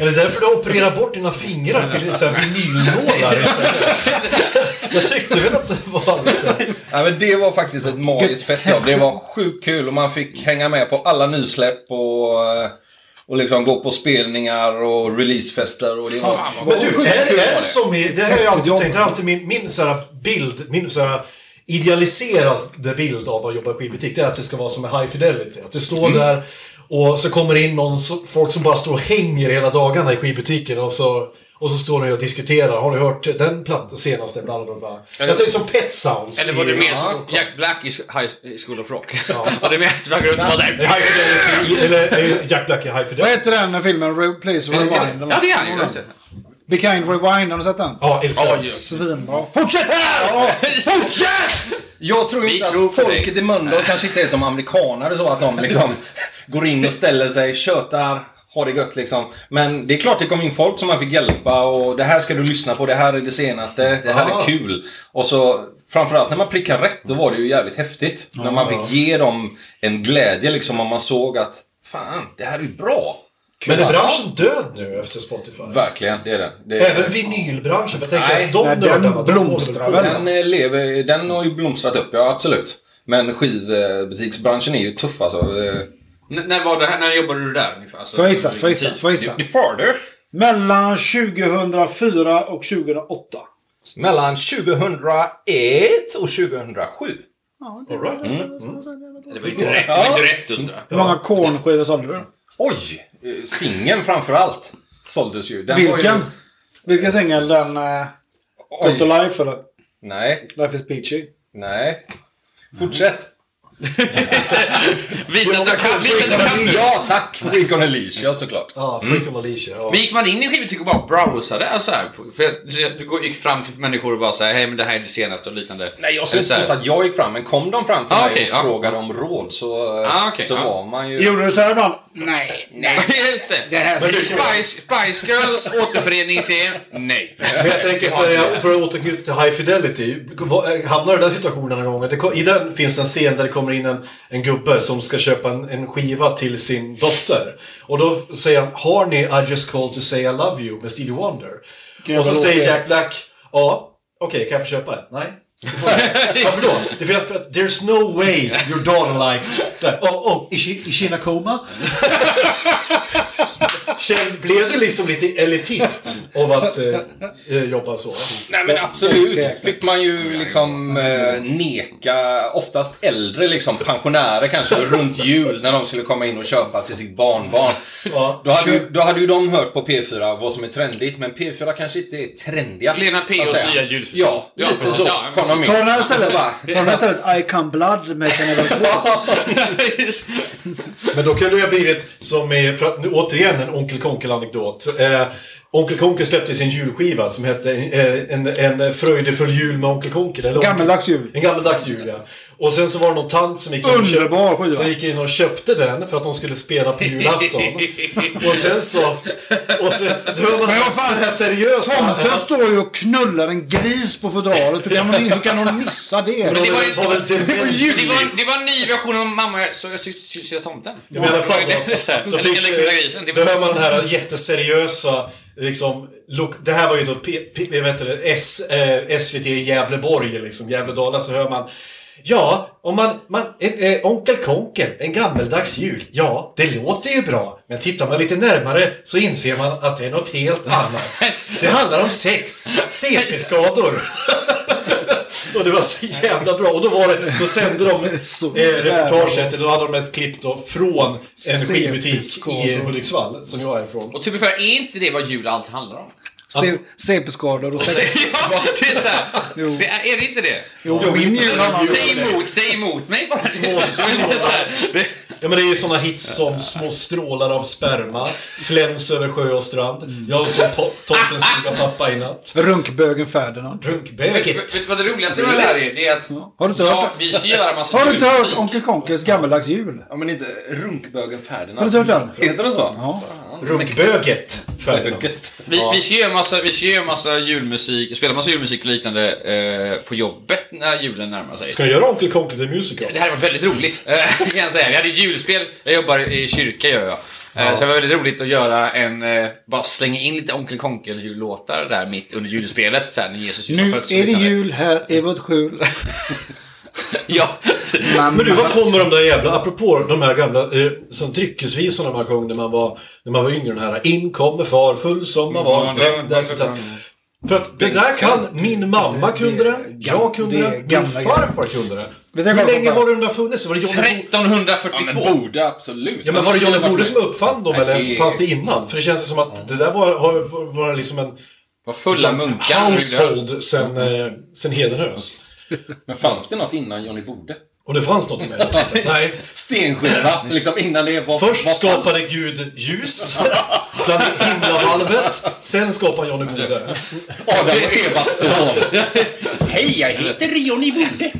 A: Är det därför du opererar bort dina fingrar till så här vinyllådar istället? [laughs] Jag tyckte väl att det var lite...
D: Ja, men det var faktiskt ett magiskt fett jobb. Det var sjukt kul och man fick hänga med på alla nysläpp och, eh, och liksom gå på spelningar och releasefester. Och det var,
B: Fan, vad
A: Men
D: var
A: du,
D: sjukt
A: är,
D: kul
A: är
D: var
A: det som i... Det har jag alltid
C: Häftigt
A: tänkt. Det är
C: jobb.
A: alltid min, min så här bild, min så här idealiserade bild av att jobba i skivbutik. Det är att det ska vara som med High Fidelity. Att du står
B: Mm.
A: där och så kommer in någon, så- folk som bara står och hänger hela dagarna i skivbutiken och så... Och så står ni och diskuterar. Har du hört den platt, senaste? Bla, bla, bla. Jag
B: Eller-
A: tänker som Pet Sounds.
B: Eller var det
A: i-
B: mer som Jack Black i High School of Rock? Var det mer som jag går runt [laughs] och bara såhär...
A: High Fidelity, i- eller eh, Jack Black i High
C: [laughs] Vad
A: Fidelity.
C: heter den filmen? Re- Please Rewind? eller?
B: Ja, det är han ju. just det.
C: Be Kind Rewind, har du sett den?
A: Ja, älskar den.
C: Svinbra. Fortsätt här!
D: Fortsätt! Jag tror
B: Vi
D: inte
B: tror
D: att
B: på
D: folket i Mölndal kanske inte är som amerikanare så att de liksom går in och ställer sig, tjötar, har det gött liksom. Men det är klart det kom in folk som man fick hjälpa och det här ska du lyssna på, det här är det senaste, det här
A: Ja.
D: är kul. Och så framförallt när man prickar rätt, då var det ju jävligt häftigt. När man fick ge dem en glädje liksom om man såg att fan, det här är ju bra.
A: Men är
D: Ja.
A: branschen död nu efter Spotify?
D: Verkligen, det är det. det är
A: Även vinylbranschen? för Jag tänker
D: Nej,
A: att de
C: nej, den
A: nördarna, de
C: blomstrar
A: håller på.
C: väl.
D: Den, eh, lever, den har ju blomstrat upp, ja absolut. Men skivbutiksbranschen är ju tuff alltså. Eh,
B: N- När var det här? När jobbade du där ungefär? Alltså,
C: Får jag gissa?
B: under
C: Får jag gissa?
B: vilken tid?
C: Får jag gissa?
D: Farther.
C: Mellan 2004 och 2008.
D: Mellan 2001 och 2007.
A: All right.
C: Mm,
B: Det var ju inte rätt, det var ju inte rätt undra.
C: Hur många kornskivor sålde du?
D: Oj! eh, Singeln framför allt såldes ju. Den Var ju,
C: Vilken? Vilken singel? Den... Uh, Got to Life eller?
D: nej,
C: Life is Peachy?
D: nej. Fortsätt.
B: Visa att du kan, visa att du kan nu.
D: Ja tack! Freak on a leash, ja såklart.
A: Ja, Freak on a Leash, ja.
B: Men gick man in i skivbutik och bara browsade? Alltså, här, för jag, du går- gick fram till människor och bara såhär, hej men det här är det senaste och liknande.
D: Nej, jag skulle
B: Eller så
D: inte
B: här,
D: påstå att jag gick fram, men kom de fram till
B: Ah,
D: mig
B: okej,
D: och
B: ja.
D: frågade om råd så, eh,
B: Ah, okej,
D: så
B: ja.
D: var man ju...
C: Gjorde du så här ibland? Nej.
B: Nej, [laughs] just det.
C: Det här ska vi
B: Spice, Spice Girls återföreningsscen. Nej.
A: Men jag tänker säga, för att återknyta till High Fidelity. vad- eh, Hamnar du i den situationen någon gång? Det, ko- I den finns det en scen där det kommer in en, en gubbe som ska köpa en, en skiva till sin dotter. Och då säger han, har ni I just called to say I love you med Stevie Wonder?
C: Kan jag
A: Och så
C: bara låta
A: säger
C: er?
A: Jack Black, ja, okej, kan jag få köpa det? Nej. Varför då? Det är för att- för att there's no way your daughter likes that. Oh, oh, is she, is she in a coma? Känn, blev du liksom lite elitist av att eh, eh, jobba så?
D: Nej men absolut. Fick man ju liksom eh, neka, oftast äldre liksom, pensionärer kanske, runt jul när de skulle komma in och köpa till sitt barnbarn.
A: Ja.
D: Då hade, ju, då hade ju de hört på P4 vad som är trendigt, men P4 kanske inte är trendigast.
B: Lena
D: så att
B: P.O.s
D: säga.
B: nya julspecial.
D: Ja,
B: Ja,
D: lite
B: precis.
D: så
B: Ja,
D: kom de in.
C: Ta den här istället.
D: Va?
C: Ta den här istället. I can blood med [laughs] Cannibal Corpse.
A: Men då kunde det ha blivit som i, för att nu återigen en Onkel Konkel-anekdot. Eh, Onkel Konkel släppte sin julskiva som hette eh, En, en fröjdefull jul med Onkel Konkel. Eller Onkel-
C: Gammeldags jul.
A: En gammeldags jul, ja. Och sen så var det någon tant som gick in, och
C: Underbar
A: köpte,
C: skiva.
A: som gick in och köpte den för att de skulle spela på julafton. och sen så... Och sen, då hör man
C: Men vad fan,
A: den här seriösa...
C: Tomten står ju och knullar en gris på fodralet. Hur kan hon, hur kan hon missa det?
B: det var ju-
A: var väl
C: Det var
A: dement.
C: ju-
B: Det var, det var en ny version av Mamma så jag sysslar tomten.
A: Jag menar fan
B: Det var ju det [laughs] så här.
A: då. Då, fick,
B: Eller Gula grisen. Det
A: då
B: var-
A: hör man den här jätteseriösa liksom, look, det här var ju då P, P, jag vet inte, S, eh, SVT i Gävleborg, liksom, Gävledala, så hör man Ja, om man, man en, eh, Onkel Konkel, en gammeldags jul. Ja, det låter ju bra. Men tittar man lite närmare så inser man att det är något
B: [laughs]
A: helt annat. Det handlar om sex, CP-skador. Och det var så jävla bra. Och då var det, då sände de
C: Så
A: eh, reportaget, då hade de ett klipp då från en skivbutik i
C: CP-skador.
A: Hudiksvall, som jag är ifrån.
B: Och typ ungefär, är inte det vad jul alltid handlar om?
C: Se- CP-skador och sex.
B: [laughs] Ja, [laughs] det är så här.
C: Jo.
B: Det är, är det inte det?
C: Jo, min jul annars.
B: Säg emot, säg emot mig bara.
A: Små
B: [laughs] Det är så här. Det-
A: Ja men det är ju såna hits som Små strålar av sperma, Fläns över sjö och strand, Jag såg po- Tomten suga pappa i natt,
C: Runkbögen Ferdinand.
B: Vet
A: Runkböget.
B: vet du vad det roligaste med det här är? Det är att...
C: Har du inte
B: ja,
C: hört-
B: vi ska göra massa
C: Har du inte hört
B: julmusik.
C: Onkel Konkels Gammeldags jul?
D: Ja, men inte runkbögen Ferdinand.
C: Har du inte hört den?
D: Heter det så?
C: Ja.
A: Runkböget. Ferdinand.
D: Böget.
B: Vi, vi, ska göra massa, vi ska göra massa julmusik, spela massa julmusik och liknande eh, på jobbet när julen närmar sig.
A: Ska du göra Onkel Konkel till musical?
B: Det här var väldigt roligt, eh, [laughs] kan jag säga. Vi hade ett julspel, jag jobbar i kyrka gör jag. Eh, Så det var väldigt roligt att göra en, eh, bara slänga in lite Onkel Konkel-jullåtar där mitt under julspelet. Så här, när Jesus just har
C: Nu
B: fötts och
C: är det
B: liknande.
C: jul, här är vårt skjul.
B: Ja.
A: Men du, vad kommer de där jävla, apropå de här gamla eh, som dryckesvisorna man sjöng när man var, när man var yngre. Den här In kommer far, full som man var,
B: Mm,
A: drämd där sitt häst. För att det där kan, min mamma kunde det, jag kunde
C: det är
A: det, min
C: gamla
A: farfar kunde det.
C: Vet du
A: Hur
C: vad,
A: länge
C: pappa?
A: har den där funnits? Var det Johnny,
B: 1342.
D: Borde absolut.
A: ja, men var det Johnny Bode som uppfann dem
D: Nej,
A: eller
D: det-
A: fanns det innan? För det känns som att det där var, har- var liksom en
B: Var fulla munkar.
A: household sen, eh, sen Hedenhös.
D: Men fanns det något innan Johnny Bode?
A: Och det fanns något med det. Nej.
D: Stenskiva, liksom innan det var... var
A: Först skapade
D: fanns.
A: Gud ljus [laughs] bland himlavalvet. Sen skapade Johnny Gode.
D: Adam och Evas son.
B: Hej, jag heter Johnny Bode.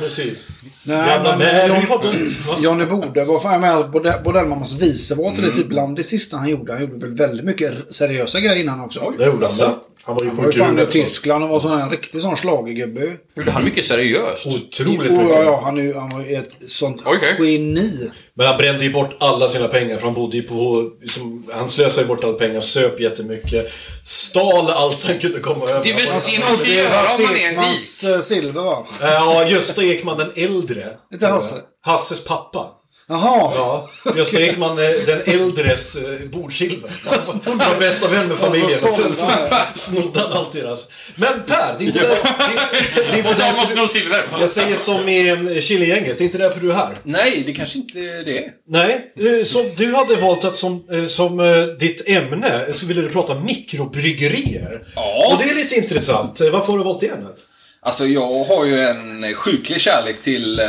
A: Precis.
C: Nej,
A: Jävla
C: men, eh,
A: Mary
C: Johnny-
A: har dött. va?
C: Johnny Bode var fan med allt Borde- Bordellmammas vice var inte det
A: Mm.
C: typ bland det sista han gjorde. Han gjorde väl väldigt mycket r- seriösa grejer innan också.
A: Det gjorde han väl? alltså. Han var ju
C: Han var ju fan i
A: sjuk i huvudet.
C: Tyskland och var sån här riktig sån schlagergubbe.
B: Gjorde han mycket seriöst?
A: så Otroligt
C: Oh, ja,
A: mycket.
C: ja, han, är, ju- han var ju ett sånt
B: Okej.
C: geni.
A: Men han brände ju bort alla sina pengar för han bodde ju på... Som, han slösade ju bort alla pengar, söp jättemycket. Stal allt han kunde komma över.
B: Det är väl
A: Han-
B: det man ska
C: Alltså, Det
B: göra
C: var
B: om man är en rik.
C: Ekmans eh, silver va?
A: Eh, Ja, Gösta Ekman den äldre.
C: Inte Hasse?
A: Hasses pappa.
C: Jaha.
A: Ja, Gösta Ekman eh, den äldres eh, bordsilver. Han var bästa vän med familjen.
C: Alltså,
A: Och sen så
C: sålde
A: snodde han allt deras. Men Per, det är inte där... Det, det är inte
B: Och de
A: där
B: måste nog silver.
A: jag säger som i eh, Killegänget, det är inte därför du är här.
D: Nej, det kanske inte är det.
A: Nej, eh, som du hade valt att som, eh, som eh, ditt ämne eh, så ville du prata mikrobryggerier.
D: Ja.
A: Och det är lite intressant. Eh, Varför har du valt det ämnet?
D: Alltså jag har ju en sjuklig kärlek till eh,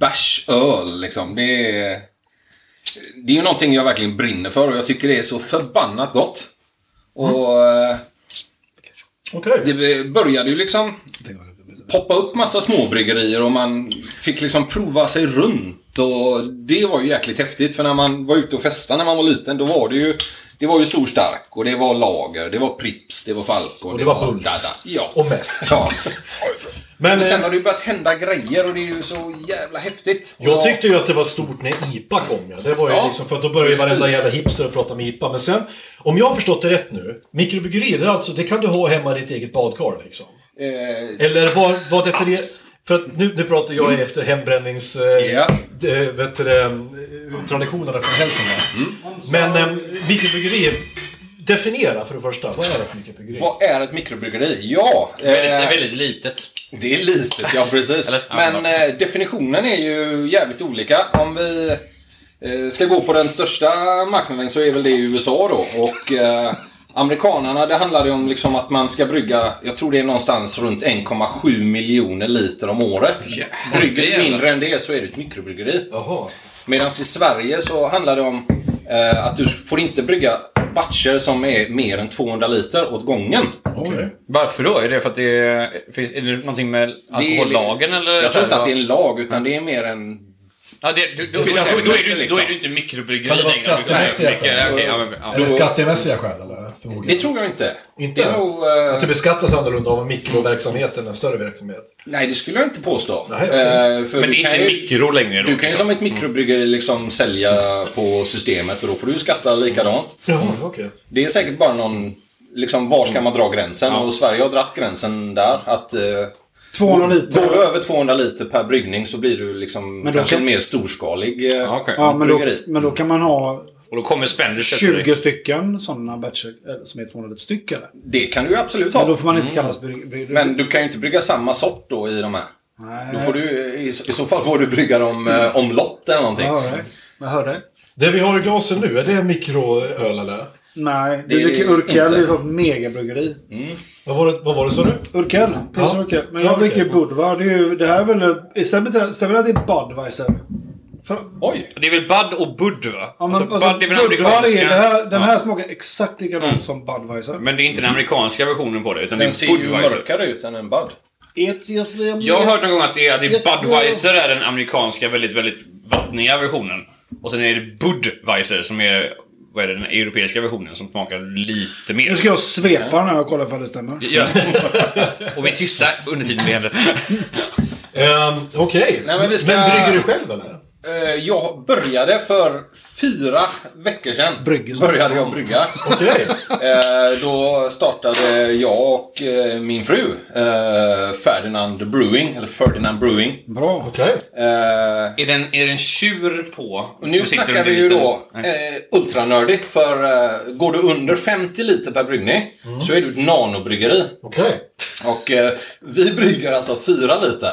D: bärsöl liksom. Det är, det är ju någonting jag verkligen brinner för och jag tycker det är så förbannat gott. Och eh,
A: Okej.
D: det började ju liksom poppa upp massa småbryggerier och man fick liksom prova sig runt. Och det var ju jäkligt häftigt för när man var ute och festade när man var liten då var det ju det var ju stor stark och det var lager, det var Prips, det var Falco. Och
A: det var Bult.
D: Dada. Ja.
A: Och mäss.
D: Ja.
A: Men
D: Men sen
A: eh,
D: har det ju börjat hända grejer och det är ju så jävla häftigt.
A: jag tyckte ju att det var stort när IPA kom. Ja. Det var ju
D: Ja,
A: liksom för att då började varenda
D: precis.
A: jävla hipster att prata med IPA. Men sen, om jag har förstått det rätt nu. Mikrobryggerier alltså, det kan du ha hemma i ditt eget badkar liksom.
D: Eh,
A: Eller vad, vad definierar... För att nu, nu pratar jag efter hembrännings... Eh,
D: Mm. Ja.
A: d- vet du, det, eh, traditionerna från
D: Mm.
A: Hälsingland. Men eh, mikrobryggeri, definiera för det första. Vad är ett mikrobryggeri?
D: Vad är ett mikrobryggeri? Ja,
B: Väldigt, det
D: eh,
B: är väldigt litet.
D: Det är litet, ja precis.
B: Eller?
D: Men eh, definitionen är ju jävligt olika. Om vi eh, ska gå på den största marknaden så är väl det i USA då. Och eh, amerikanarna, det handlar ju om liksom att man ska brygga, jag tror det är någonstans runt 1,7 miljoner liter om året. Brygger
B: det är
D: du
B: jävlar.
D: mindre än det så är det ett mikrobryggeri.
A: Jaha.
D: Medan i Sverige så handlar det om eh, att du får inte brygga batcher som är mer än 200 liter åt gången.
B: Varför då? Är det för att det är... Finns, är det någonting med alkohollagen eller?
D: Jag tror inte att det är en lag, utan det är mer en
B: Ja, det, du, då, då,
D: bestämmer
B: då, är
D: sig
B: du,
D: liksom.
B: då är du inte mikrobryggeri
A: Kan det vara
B: Du är
A: skattemässiga
B: mycket-
A: skäl?
B: okej, ja, men- ja.
A: Är det skattemässiga skäl eller? Förmodligen.
D: Det tror jag inte.
A: Inte?
D: Det är nog, eh,
A: Att det beskattas annorlunda av en mikroverksamhet än en större verksamhet.
D: nej, det skulle jag inte påstå.
A: Nej, okej.
D: Eh, för
B: Men
D: du
B: det är
D: kan
B: inte
D: ju,
B: mikro längre då.
D: Du kan ju
B: liksom.
D: som ett mikrobryggeri liksom sälja på systemet och då får du ju skatta likadant.
A: Jaha, okej.
D: Det är säkert bara någon... Liksom, var ska man dra gränsen? Och Sverige har dratt gränsen där. Att, eh,
C: 200 liter.
D: går du över 200 liter per bryggning så blir du liksom
C: Men då
D: kanske
C: kan-
D: en mer storskalig eh,
B: Ja, okej.
C: Ja, men då,
D: bryggeri.
C: men då kan man ha
B: Och då kommer Spender köpa dig.
C: 20 stycken sådana batcher eh, som är 200 liter styck eller?
D: Det kan du ju absolut
C: Men då
D: ha.
C: får man inte kallas bryggeri.
D: Mm. Men du kan ju inte brygga samma sort då i de här.
C: Nej.
D: Då får du, i, I så fall får du brygga dem eh, omlott eller någonting.
C: Ja, ja. jag hörde.
A: Det vi har i glasen nu, är det mikroöl eller?
C: Nej,
D: Det
C: du
D: är det
C: dricker Urkel.
D: inte. Mm.
C: Det är ett megabryggeri.
A: Vad var det, vad var det sa du?
C: Urkel. Pilsner
A: Ja.
C: Urkel. Men
A: Ja,
C: jag
A: okej.
C: dricker Budvar. Det, är ju, det här är väl... Stämmer inte det- stämmer det att det är Budweiser? För,
D: Oj!
B: Det är väl Bud och Bud va?
C: ja, men,
B: Alltså,
C: alltså,
B: Bud är väl
C: Budvar är, det
B: amerikanska.
C: här, den
B: Ja.
C: här smakar exakt likadant
D: Mm.
C: som Budweiser.
B: Men det är inte den amerikanska versionen på det, utan
D: Den
B: det
D: ser
B: är
D: ju
B: Budweiser.
D: mörkare ut än en Bud.
B: Jag har hört någon gång att det är, att det är
C: Jag tror-
B: Budweiser är den amerikanska väldigt, väldigt vattniga versionen. Och sen är det Budweiser som är, vad är det, den europeiska versionen som smakar lite mer.
C: Nu ska jag svepa den här och kolla ifall det stämmer.
B: Ja. Och vi är tysta under tiden det händer.
A: Ehm, Okej.
D: Nej, men vi ska-
A: brygger du själv eller?
D: Eh, Jag började för fyra veckor sedan.
C: Brygger som-
D: började jag brygga.
A: Okej.
D: Eh, Då startade jag och eh, min fru eh, Ferdinand Brewing, eller Ferdinand Brewing.
C: Bra.
A: Okej.
D: Eh,
B: Är det en, är det en tjur på?
D: Och nu
B: som sitter
D: snackar
B: under
D: vi ju
B: ytan?
D: då
B: Nej.
D: eh, ultranördigt för eh, går du under 50 liter per bryggning
B: Mm.
D: så är du ett nanobryggeri.
A: Okej.
D: Och eh, vi brygger alltså 4 liter.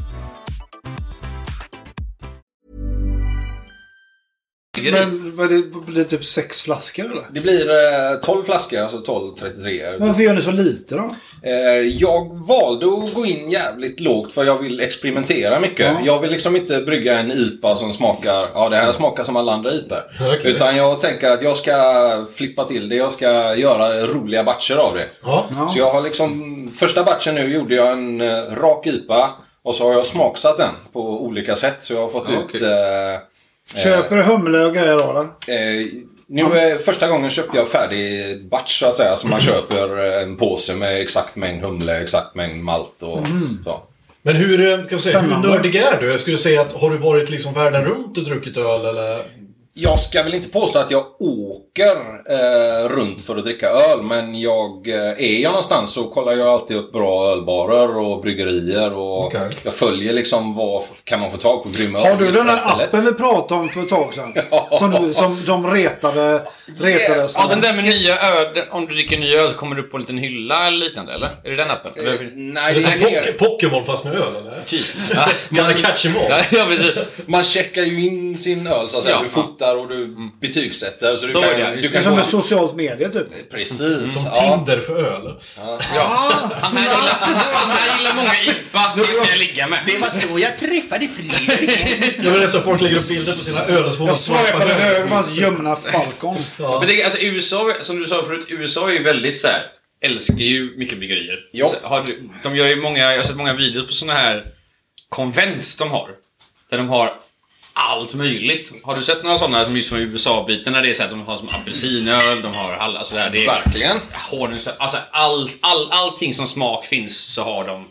C: Men vad är det, blir det typ sex flaskor eller?
D: Det blir eh, 12 flaskor, alltså 12 33
C: Men Varför gör ni så lite då?
D: Eh, Jag valde att gå in jävligt lågt för jag vill experimentera mycket. Jag vill liksom inte brygga en IPA som smakar, ja det här smakar som alla andra IPA.
A: Okej.
D: Utan jag tänker att jag ska flippa till det, jag ska göra roliga batcher av det.
A: Ja.
D: Så jag har liksom, första batchen nu gjorde jag en eh, rak IPA och så har jag smaksatt den på olika sätt så jag har fått ut eh,
C: Köper du humle och grejer då eller?
D: Eh, nu eh, första gången köpte jag färdig batch så att säga. Så man köper eh, en påse med exakt mängd humle, exakt mängd malt och så.
A: Men hur, eh, kan jag säga, hur
C: Spännande.
A: nördig är du? Jag skulle säga att har du varit liksom världen runt och druckit öl eller?
D: Jag ska väl inte påstå att jag åker eh, runt för att dricka öl, men jag, eh, är jag någonstans så kollar jag alltid upp bra ölbarer och bryggerier och
A: Okej.
D: jag följer liksom vad f- kan man få tag på grymma öl
C: Har du
D: just på
C: den
D: det här
C: där
D: stället.
C: appen vi pratade om för ett tag sedan? Som, du- som de retade
B: Ja, Alltså, den där med nya öl, om du dricker ny öl så kommer du upp på en liten hylla eller liknande, eller? Är det den appen? Eller-
D: Eh, nej,
A: Det är
D: det är
A: Poké- Pokémon fast med öl, eller?
B: Typ. Ja.
A: Man catch em all.
B: Ja, precis.
D: Man checkar ju in sin öl så att säga.
B: Ja.
D: du fotar och du betygsätter. Så du
B: Så
D: kan,
B: är det,
D: du
B: just
D: kan
C: Som
D: gå-
C: ett socialt medie typ.
D: Precis.
A: Som
D: ja.
A: Tinder för öl.
B: Han här gillar, han här gillar många IPA. Det kan jag ligga med.
E: Det var så jag träffade Fredrik.
A: Jag menar, så folk lägger upp bilder på sina öl och så får man
C: Jag swipade
A: swipar
C: höger med hans gömna Falcon.
B: Men det, alltså USA, som du sa förut, USA är ju väldigt så här. Älskar ju mikrobryggerier.
D: Ja.
B: Så Har, du- de gör ju många, jag har sett många videos på såna här konvents de har. Där de har allt möjligt. Har du sett några sådana som just från USA-biten när det är så här, de har som apelsinöl, de har all, alltså det här, det är,
D: Verkligen.
B: Honungsöl, alltså all, all, allting som smak finns så har
D: [clears throat]
B: de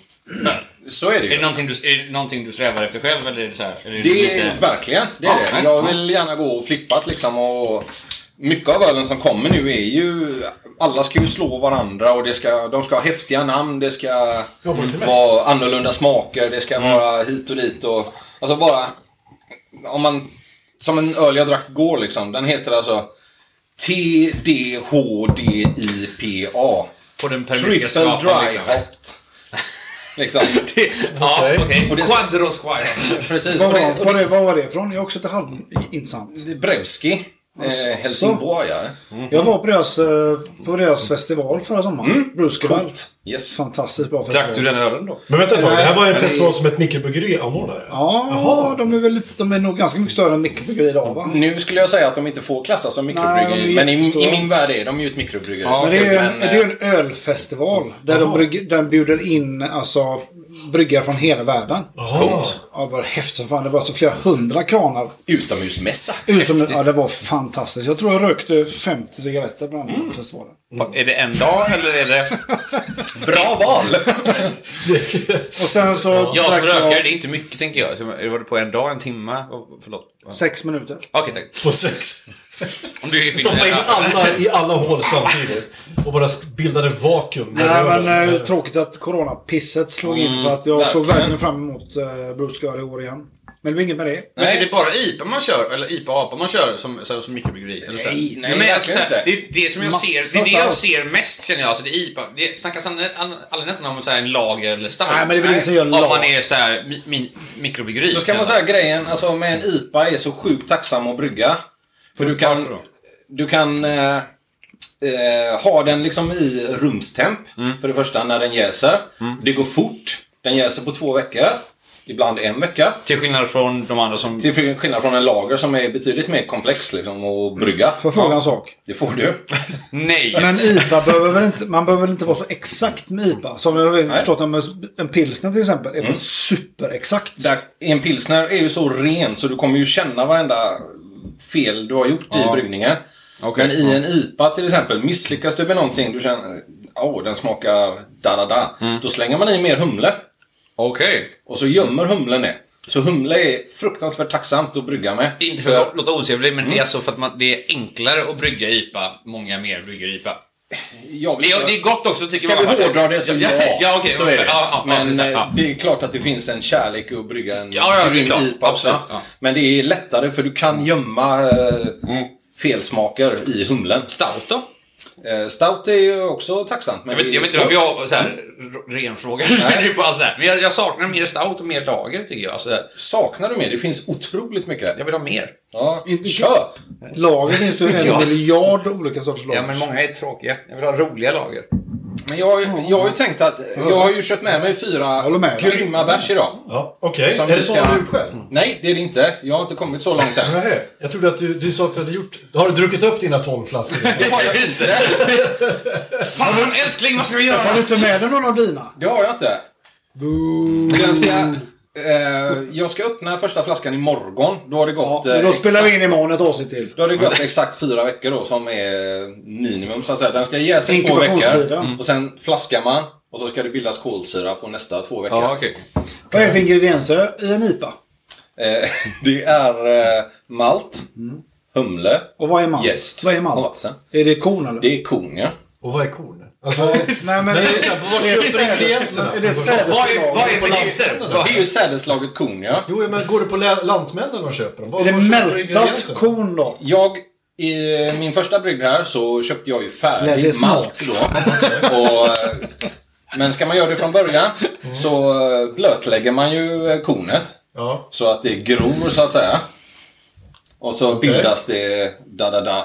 B: öl.
D: Så är det
B: Är det
D: ju.
B: någonting du, är det någonting du strävar efter själv eller är det så här? Är det,
D: Det
B: lite-
D: är, verkligen, det är
B: Ja,
D: det.
B: nej.
D: Jag vill gärna gå och flippat liksom och... Mycket av ölen som kommer nu är ju... Alla ska ju slå varandra och det ska, de ska ha häftiga namn, det ska vara annorlunda smaker, det ska
B: Mm.
D: vara hit och dit och... Alltså bara... Om man... Som en öl jag drack igår liksom. Den heter alltså TDHDIPA.
B: På den peruanska
D: Triple
B: skrapan
D: dry
B: liksom.
D: hot.
B: [laughs]
D: Liksom.
B: Ja,
A: Okej.
B: okej. Quadro squire.
D: Precis.
C: Vad
D: Och
C: var,
D: det,
C: vad var,
D: och det,
C: det, vad var det ifrån? Jag är också lite halvinsatt.
D: Mm-hmm. Brevski. Eh, Helsingborgare.
C: Jag var på deras, eh, på deras festival förra sommaren. Mm. Roosevelt.
D: Yes.
C: Fantastiskt bra festival.
B: Drack du den ölen då?
A: Men vänta ett tag, det här var en
C: Nej.
A: festival som ett mikrobryggeri anordnade?
C: Ja, de är väl lite, de är nog ganska mycket större än mikrobryggeri idag va?
D: Nu skulle jag säga att de inte får klassas som
C: Nej,
D: mikrobryggeri.
C: de är
D: men i,
C: jättestora.
D: i min värld är de ju ett mikrobryggeri.
C: Men det är ju en,
D: Men,
C: det är ju en ölfestival. Där de brygg, den bjuder in alltså bryggare från hela världen.
A: Jaha.
C: Ja, det var häftigt som fan. Det var alltså flera hundra kranar.
D: eh,
C: [laughs]
D: Utomhusmässa.
C: Ut som, ja, det var fantastiskt. Jag tror jag rökte 50 cigaretter på den här festivalen.
B: Är det en dag eller är det...
D: Bra
C: [laughs]
D: val!
C: Och sen så
B: Jag som
C: drack
B: rökare, det är inte mycket tänker jag. Så Var det på en dag, en timme? Vad- Förlåt.
C: sex minuter.
B: Okej, tack.
A: På sex.
B: Om du är
A: Stoppa in alla i alla hål samtidigt. Och bara sk- bildade vakuum. med
C: Nej,
A: ölen.
C: men eh, tråkigt att coronapisset slog in för att jag såg
D: verkligen.
C: verkligen fram emot eh, Bruce Gör i år igen. Men det var inget med det.
B: Men är det bara IPA man kör, eller IPA-APA man kör som, så här, som mikrobryggeri? Eller så här?
D: Nej, nej,
B: men alltså, så
D: verkligen
B: här, det
D: inte.
B: är det som jag
C: Massa
B: ser, det är det jag
C: stout.
B: ser mest känner jag. Alltså, det är IPA. Det snackas aldrig- aldrig nästan om så här, en lager eller stout.
C: Nej, men det är väl ingen som gör
B: Om
C: lager.
B: man är så här, mi, mi, mikrobryggeri. typ.
D: Då ska man säga grejen, alltså med en IPA är så sjukt tacksam att brygga. För du kan...
B: Varför då?
D: Du kan... Eh, eh, ha den liksom i rumstemp.
C: Mm.
D: För det första när den jäser. Det går fort. Den jäser på två veckor. Ibland en vecka.
B: Till skillnad från de andra som...
D: Till skillnad från en lager som är betydligt mer komplex liksom att brygga.
C: Får jag fråga en sak?
D: Det får du.
B: Nej!
C: Men IPA behöver väl inte, man behöver väl inte vara så exakt med IPA? Som jag har förstått det med en pilsner till exempel. Är väl superexakt?
D: Där, en pilsner är ju så ren så du kommer ju känna varenda fel du har gjort i bryggningen.
B: Okej.
D: Men i en IPA till exempel, misslyckas du med någonting, du känner åh den smakar da-da-da. Då slänger man i mer humle
B: Okej.
D: och så gömmer humlen det. Så humle är fruktansvärt tacksamt att brygga med.
B: Inte för att låta otrevlig, men det är alltså för att man, det är enklare att brygga IPA. Många mer brygger IPA.
D: jag
B: Det är, det är gott också tycker
D: Ska vi
B: man.
D: hårdra det så
B: ja.
D: ja.
B: Ja, ja okej.
D: så är
B: Ja,
D: det.
B: ja, ja,
D: Men
B: precis,
D: eh,
B: ja.
D: det är klart att det finns en kärlek i att brygga en
B: Ja, ja, det är
D: grym
B: klart.
D: IPA också.
B: Absolut, ja. Mm.
D: Men det är lättare för du kan gömma eh, felsmaker i humlen.
B: Stout då?
D: Eh, Stout är ju också tacksamt. Men
B: Jag vet,
D: det är
B: jag vet inte
D: svårt.
B: varför jag så här, r- ren [laughs] fråga. Det är ju på allt det här. Men jag, jag saknar mer stout och mer lager tycker jag. Alltså,
D: Saknar du mer? Det finns otroligt mycket.
B: jag vill ha mer.
D: Ja. Köp!
C: Lager finns det ju en miljard olika sorters lager.
B: Ja, men många är tråkiga. Jag vill ha roliga lager.
D: Men jag, har ju- jag har ju tänkt att... Jag har ju köpt med mig fyra
C: håller med dig.
D: grymma bärs idag.
A: Ja, Okej,
D: Som
A: är
D: vi
A: det så
D: ska-
A: du har gjort själv?
D: Nej, det är det inte. Jag har inte kommit så
B: [laughs]
D: långt än.
A: Nej, jag trodde att du, du sa att du hade gjort... Har du druckit upp dina tomflaskor?
D: Det har jag inte.
B: Fan älskling, vad ska vi göra?
C: Har du inte med dig någon av dina?
D: Det har jag inte. Den ska, eh, jag ska öppna första flaskan imorgon. Då har det
C: Ja,
D: gått...
C: men
D: eh,
C: då spelar vi
D: exakt-
C: in imorgon ett avsnitt till.
D: Då har det gått exakt fyra veckor då som är minimum så att säga. Den ska jäsa i två veckor.
C: Inkubationstiden.
D: Och sen flaskar man. Och så ska det bildas kolsyra på nästa två veckor.
B: Ja, okej.
C: Vad är det för ingredienser i en IPA?
D: Eh, det är eh, malt,
C: Mm.
D: humle,
C: Och vad är malt?
D: Jäst.
C: Vad är malt?
D: Och vatten.
C: Är det korn eller?
D: det är konja.
A: [laughs] Och vad är korn? Alltså, nej,
C: Nej, men...
A: det är så här, var köper du ingredienserna?
C: Är det
B: Vad är, vad är
C: sädesslag?
B: för gifter? Vad-
D: Det är ju sädeslaget konja.
A: Jo, men går du på lä- Lantmännen och köper dem? Var-
C: Är det
A: var köper du
C: mältat
A: ingredienserna?
C: korn då?
D: Jag I min första brygd här så köpte jag ju
C: Nej, det är
D: färdig
C: smart.
D: malt då. Och, eh, men ska man göra det från början så eh, blötlägger man ju eh, kornet.
A: Ja.
D: Så att det gror så att säga. Och så bildas det da-da-da.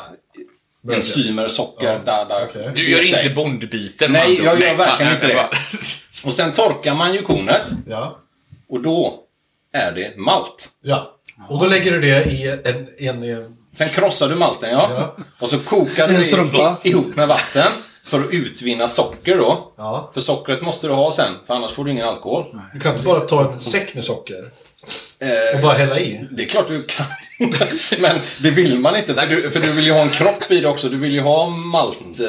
D: Enzymer, socker, da-da.
B: Du gör inte bondbiten med
D: Nej,
B: andra
D: jag
B: ord.
D: gör verkligen
B: nej,
D: inte
B: nej,
D: det. Och sen torkar man ju kornet.
A: Ja.
D: Och då är det malt.
A: Ja. Och då lägger du det i en... en, en
D: Sen krossar du malten, ja. Och så kokar
C: I
D: du
C: en
D: det
C: strumpa.
D: ihop med vatten för att utvinna socker då.
A: Ja.
D: För sockret måste du ha sen, för annars får du ingen alkohol.
A: Du kan inte bara ta en säck med socker och
D: Eh,
A: bara hälla i.
D: det är klart du kan. [laughs] Men det vill man inte, för du, för du vill ju ha en kropp i det också. Du vill ju ha malt... Eh,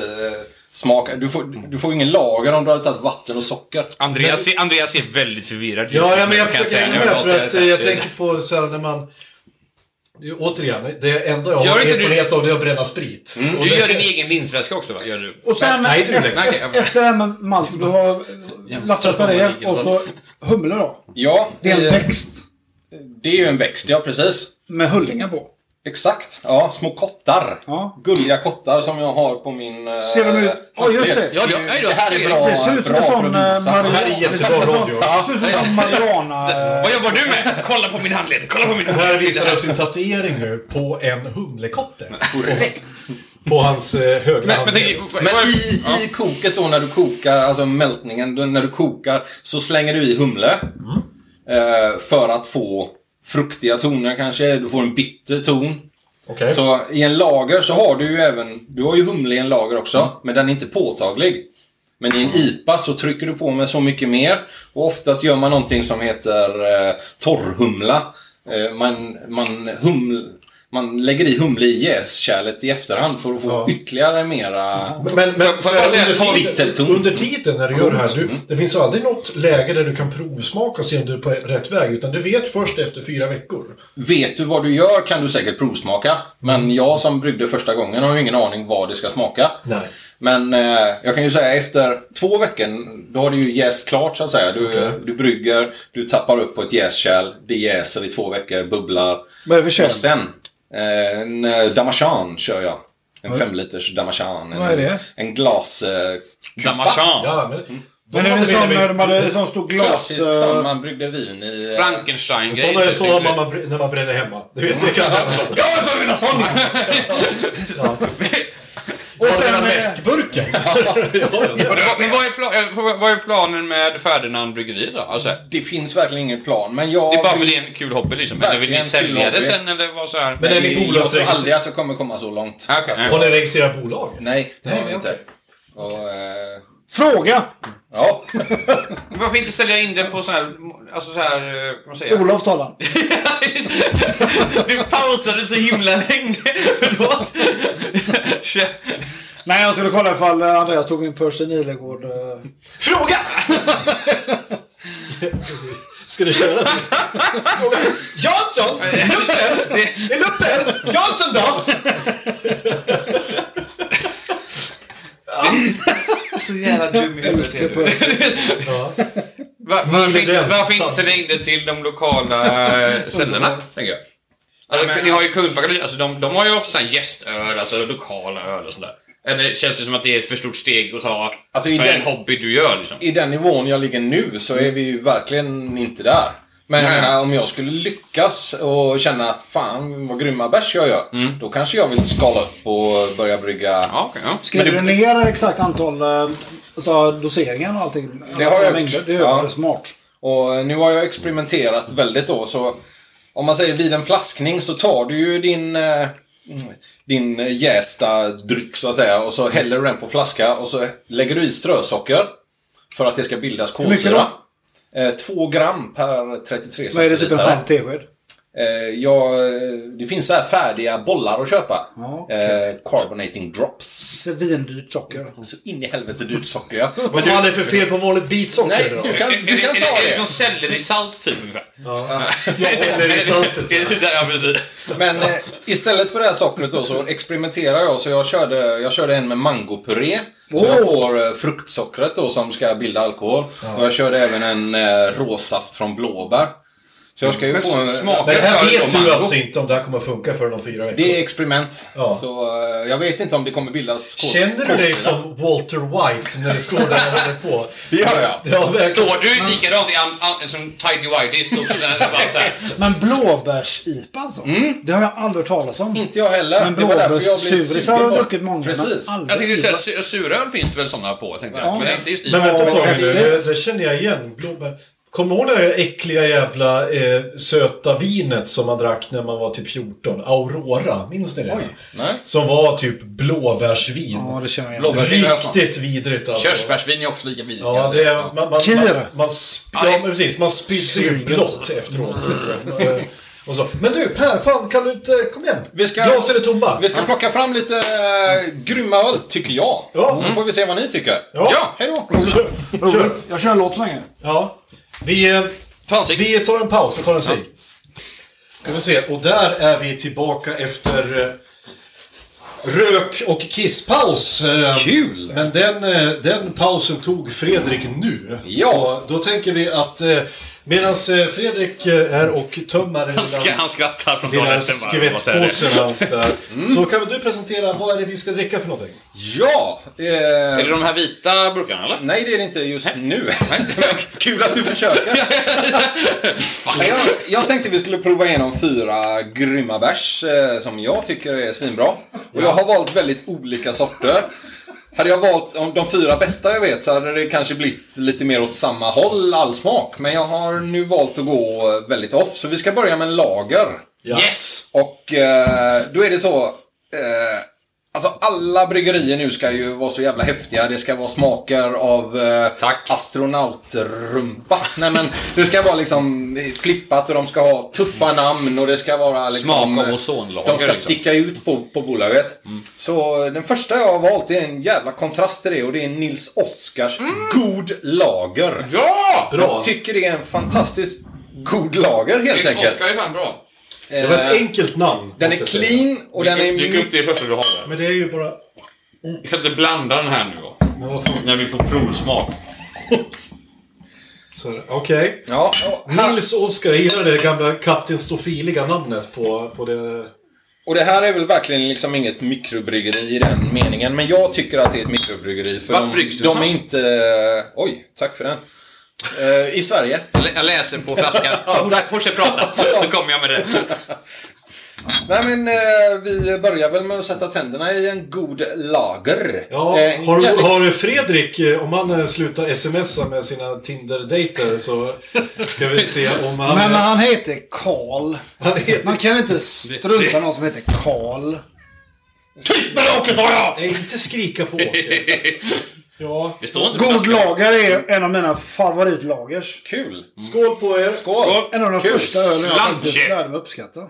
D: Smak. Du får, du får ingen lager om du hade tagit vatten och socker.
B: [laughs] Andreas, ser, Andreas är väldigt förvirrad just
A: Ja,
B: just
A: ja men
B: nu,
A: jag
B: kan
A: försöker
B: säga.
A: hänga
B: Nu har
A: med för
B: jag
A: att
B: sett
A: eh, jag
B: det.
A: tänker på så här när man... Det är Återigen, det enda jag
B: Gör
A: har
B: inte du-
A: erfarenhet av det är att bränna sprit. Och
B: Mm. Du
A: det-
B: gör din egen linsväska också, va? Gör du?
C: Och sen
A: Nej, det är
C: efter,
B: lätt.
C: efter, efter det här med malt, du har lattjat med det och så humle då.
D: Ja,
C: Det är en
D: eh,
C: växt
D: det är ju en växt, ja precis.
C: med hullingar på.
D: Exakt. Ja, små kottar.
C: Ja.
D: Gulliga kottar som jag har på min... eh,
C: Ser de ut- ja, just det.
D: Ja, det, det här är bra,
C: Det ser ut som en
D: bra för att
C: sån eh,
D: visa.
C: marijuana.
A: här är
C: Det ser ut som
A: jättebra
C: en sån-
A: radio.
C: det ser ut som en
B: [laughs]
C: sån marijuana. eh,
B: Vad jobbar du med? Kolla på min handled! Kolla på min
A: Och här
B: handled!
A: visar han upp sin tatuering nu på en humlekotte. Och- på hans eh, högra
B: Men, men
A: hand.
B: tänk, vad-
D: Men
B: vad-
D: i, i koket då när du kokar, alltså mältningen, då, när du kokar så slänger du i humle.
C: Mm.
D: Eh, för att få fruktiga toner kanske, du får en bitter ton.
A: Okej.
D: Så i en lager så har du ju även, du har ju humle i en lager också, men den är inte påtaglig. Men i en IPA så trycker du på med så mycket mer och oftast gör man någonting som heter eh, torrhumla. Eh, man, man, huml, man lägger i humle i jäskärlet i efterhand för att få ytterligare mera...
A: Men, men
B: får jag bara säga
A: under,
B: en sak?
A: tiden,
D: Bitterton.
A: under tiden när du gör det här, du, det finns aldrig något läge där du kan provsmaka och se om du är på rätt väg. Utan du vet först efter fyra veckor.
D: Vet du vad du gör kan du säkert provsmaka. Men jag som bryggde första gången har ju ingen aning vad det ska smaka.
A: Nej.
D: Men eh, jag kan ju säga efter två veckor, då har du ju jäst klart så att säga. Du, du brygger, du tappar upp på ett jäskärl, det jäser i två veckor, bubblar.
C: Vad är det för kärl?
D: Och sen, eh, en eh, damashan kör jag. En femliters damashan. En,
C: Vad är det?
D: En glas... Eh,
B: Damachan.
A: Ja, men...
C: Men
A: de
C: är det
A: hade
C: sån
A: velat
C: när
A: visa-
C: de hade en sån stor glas...
D: klassisk
C: eh,
D: som man bryggde vin i. eh,
B: Frankenstein-grej.
A: Sådana är
B: typ.
A: så man, man, br- när man bränner hemma. Det vet jag kan
B: [laughs] Ja, jag sa mina
A: [laughs]
B: sådana!
A: Och
C: sen,
A: sen
C: eh,
A: läskburken. ja, ja.
B: Men vad- Men vad är, pla- eh, vad är planen med Ferdinand Bryggeri då? Alltså,
D: Det finns verkligen ingen plan, men jag...
B: det är bara för
D: vill-
B: det är en kul hobby liksom. Eller vill ni
D: Verkligen kul
B: sälja
D: hobby.
B: det sen eller vad så här?
A: Men är ni
D: Jag tror
A: bolagsregistrerade?
D: aldrig att jag kommer komma så långt.
B: Ah, okej.
D: Jag tror-
A: Har ni registrerat bolag?
D: Nej, det har
A: Nej,
D: jag inte.
A: okej.
D: Och, eh,
C: Fråga!
D: ja.
B: Men varför inte sälja in den på sån här, alltså så här, eh, vad man [laughs] säger?
C: Olof talar.
B: du pausade så himla länge. [laughs] Förlåt.
A: [laughs]
C: Nej, jag skulle kolla ifall eh, Andreas tog en Percy Nilegård. eh.
B: Fråga!
A: Ska du köra?
B: [laughs]
A: Jansson! Luppen! Är Luppen! Jansson då?
B: Så jävla dum i huvudet
C: Älskar
B: är du.
C: Percy.
B: Va- Varför inte,
A: Nilident.
B: varför inte sälja in det till de lokala eh,
D: Mm.
B: säljarna, tänker jag? Alltså, ni har ju Kungsbacka, alltså de, de har ju också sån här gästöl, alltså lokala öl och sådär. Eller känns det som att det är ett för stort steg att ta
D: Alltså, i
B: för
D: den-
B: en hobby du gör liksom?
D: I den nivån jag ligger nu så är vi ju verkligen inte där. Men jag
B: Nej.
D: menar, om jag skulle lyckas och känna att fan vad grymma bärs jag gör. Då kanske jag vill skala upp och börja brygga.
B: Mm. Ja, okej. ja.
C: Skriver du
D: Men
C: ner exakt antal eh, alltså, doseringen och allting?
D: Det har jag
C: Mängder,
D: gjort.
C: Det
D: Ja.
C: gör det smart.
D: Och nu har jag experimenterat väldigt då så om man säger vid en flaskning så tar du ju din eh, din jästa dryck så att säga och så häller du den på flaska och så lägger du i strösocker för att det ska bildas
C: mycket
D: kolsyra. Eh, Två gram per 33
C: Vad är det? Typ en
D: centiliter.
C: halv tesked?
D: Eh, ja, eh, det finns så här färdiga bollar att köpa.
C: Ja, okej.
D: eh, carbonating drops.
C: Svindyrt socker.
D: Så in i helvete dyrt socker ja.
A: Vad fan är det för fel på vanligt bitsocker
D: Nej,
A: då?
D: du kan, du
B: är,
D: kan
B: det-
D: ta
B: är, det
D: det.
B: som sellerisalt typ ungefär? [laughs]
A: Sellerisaltet.
B: Det är det där, ja precis.
D: Men eh, istället för det här sockret då så experimenterar jag. Så jag körde, jag körde en med mangopuré. Så
A: Oh!
D: jag får eh, fruktsockret då som ska bilda alkohol. Och jag körde även en eh, råsaft från blåbär. Så jag ska ju
B: Men
D: få en...
B: smakar
A: Men det här
B: Ja,
A: vet
B: de
A: du
B: mango.
A: alltså inte om det här kommer att funka förrän om fyra veckor.
D: Det är experiment.
A: Ja.
D: Så eh, jag vet inte om det kommer bildas kol-
A: Känner du dig
D: kolsyra.
A: som Walter White när du står där och håller på?
D: Det gör jag.
A: Ja, verkligen.
B: Står du likadant i an, an, som Tidy Whitey? Står sådär bara såhär.
C: Men blåbärs-IPA alltså? Det har jag aldrig hört talas om.
D: Mm. Inte jag heller.
C: Men
D: Det var därför jag blev
C: blåbärssurisar har
D: sugen
C: jag
D: på det.
C: druckit många.
D: Precis.
C: Men
B: Jag tänkte
C: aldrig
B: säga,
C: IPA.
B: su- suröl finns det väl sådana på, tänkte jag.
C: Ja.
B: Men det är inte just
A: Men vänta ett tag
C: Åh, vad
A: nu.
C: häftigt.
A: Det, det känner jag igen. Blåbär. Kommer du ihåg det där äckliga jävla eh, söta vinet som man drack när man var typ 14? Aurora. Minns ni det?
D: Oj, nej.
A: Som var typ blåbärsvin.
C: Ja, det känner jag igen.
B: Blå- Blåbärsvin har jag
A: Riktigt vidrigt alltså.
B: Körsbärsvin är också lika vidrigt. kan jag
A: Ja, det
B: säga.
A: är, man, man, man,
C: Kir.
A: man, sp-
B: Ja,
A: ja, men precis. Man spydde ju
C: Svinigt.
A: blått efteråt. liksom. Eh, Och så. Men du, Per, fan kan du inte... Kom igen.
D: Vi ska-
A: Glasen är tomma.
D: Vi ska plocka fram lite äh, grymma öl, tycker jag.
A: Ja. Mm.
D: Så får vi se vad ni tycker.
A: Ja.
D: hej då.
A: Kör. Kör.
C: Roligt. Jag kör en låt så länge.
A: Ja. Vi... eh,
B: Fan, Sig-
A: Vi tar en paus och tar en cigg. Ska vi se. Och där är vi tillbaka efter eh, rök och kisspaus. eh,
D: Kul!
A: Men den, eh, den pausen tog Fredrik nu.
D: Ja.
A: Så då tänker vi att medan Fredrik eh, är och tömmer
B: Han, ska,
A: mellan
B: han skrattar från
A: lilla
B: toaletten bara. vad säger du?
A: skvättpåsen hans där. Så kan väl du presentera, vad är det vi ska dricka för någonting?
D: Ja! eh,
B: Är det de här vita burkarna eller?
D: Nej, det är det inte just nu. [laughs] Kul att du försöker. Nej, jag, jag tänkte vi skulle prova igenom fyra grymma bärs eh, som jag tycker är svinbra. Och jag har valt väldigt olika sorter. Hade jag valt om de fyra bästa jag vet så hade det kanske blivit lite mer åt samma håll, all smak. Men jag har nu valt att gå eh, väldigt off. Så vi ska börja med en lager.
B: Yes!
D: Och eh, då är det så. Eh, alltså alla bryggerier nu ska ju vara så jävla häftiga. Det ska vara smaker av eh,
B: Tack.
D: astronautrumpa. Nej men det ska vara liksom flippat och de ska ha tuffa namn och det ska vara liksom...
B: Smak av
D: eh,
B: ozonlager,
D: De ska
B: liksom. Mm.
D: sticka ut på, på bolaget. Så eh, den första jag har valt är en jävla kontrast till det och det är Nils Oskars God Lager.
B: Ja!
D: Jag tycker det är en fantastiskt god lager helt
B: Nils
D: enkelt.
B: Oskar är fan bra.
A: Det var ett enkelt namn.
D: Den är
A: måste jag säga.
D: clean och den är
B: Dyk upp det första du har där.
A: Men det är ju bara...
B: Vi kan inte blanda den här nu då.
A: Men vad fan.
B: När vi får provsmak.
A: Så- Okej.
D: Ja, och, här,
A: Nils Oskar, jag gillar det gamla Kapten Stofiliga namnet på, på det.
D: och det här är väl verkligen liksom inget mikrobryggeri i den meningen, men jag tycker att det är ett mikrobryggeri. För
B: Vart
D: de,
B: bryggs det
D: de är
B: någonstans?
D: inte... Oj, tack för den. Eh, I Sverige.
B: Jag lä- Jag läser på flaskan. Fortsätt- Fortsätt prata, så kommer jag med det.
D: Nej men eh, vi börjar väl med att sätta tänderna i en god lager.
A: Ja,
D: Eh,
A: har,
D: jävligt-
A: har Fredrik, eh, om han eh, slutar smsa med sina Tinder-dejter så ska vi se om han...
C: Men han heter Karl.
A: han heter...
C: Man kan inte strunta någon som heter Karl.
B: Tyst med dig Åke, sa jag!
A: Nej, inte skrika på Åke. Ja.
B: Det står inte på
C: God
B: flaskan.
C: Lager är en av mina favoritlagers.
D: Kul!
A: Skål på er!
D: Skål!
C: En av de
D: Kul.
C: första ölen jag faktiskt
B: Slanche.
C: lärde mig uppskatta.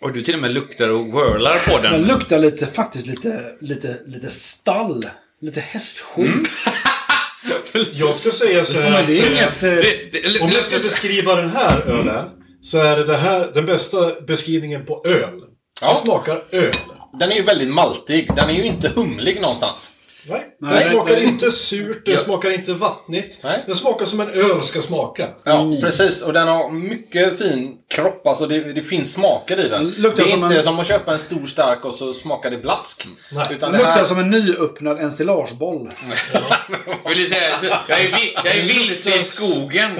B: Och du till och med luktar och whirlar på den.
C: Den luktar lite, faktiskt lite, lite, lite stall. Lite hästskit.
D: Mm.
A: Jag ska säga så här
C: Men det är
A: att, eh,
C: inget... eh,
B: Det, det, det,
A: Om jag
B: luktar
A: ska
B: så-
A: beskriva den här ölen så är det, det här den bästa beskrivningen på öl.
D: Ja.
A: Den smakar öl.
D: Den är ju väldigt maltig. Den är ju inte humlig någonstans.
A: Nej, den
C: Nej,
A: smakar
C: nej.
A: inte surt, den
D: Ja.
A: smakar inte vattnigt.
D: Nej.
A: Den smakar som en öl ska smaka.
D: Ja, precis. Och den har mycket fin kropp. Alltså det, det finns smaker i den.
C: Luktar
D: det är
C: som
D: inte
C: en-
D: som att köpa en stor stark och så smakar det blask.
A: Nej.
D: Utan det
C: Luktar
D: här...
C: som en nyöppnad ensilageboll.
B: Vill du säga, så- jag, är, vi- jag är vilse i skogen.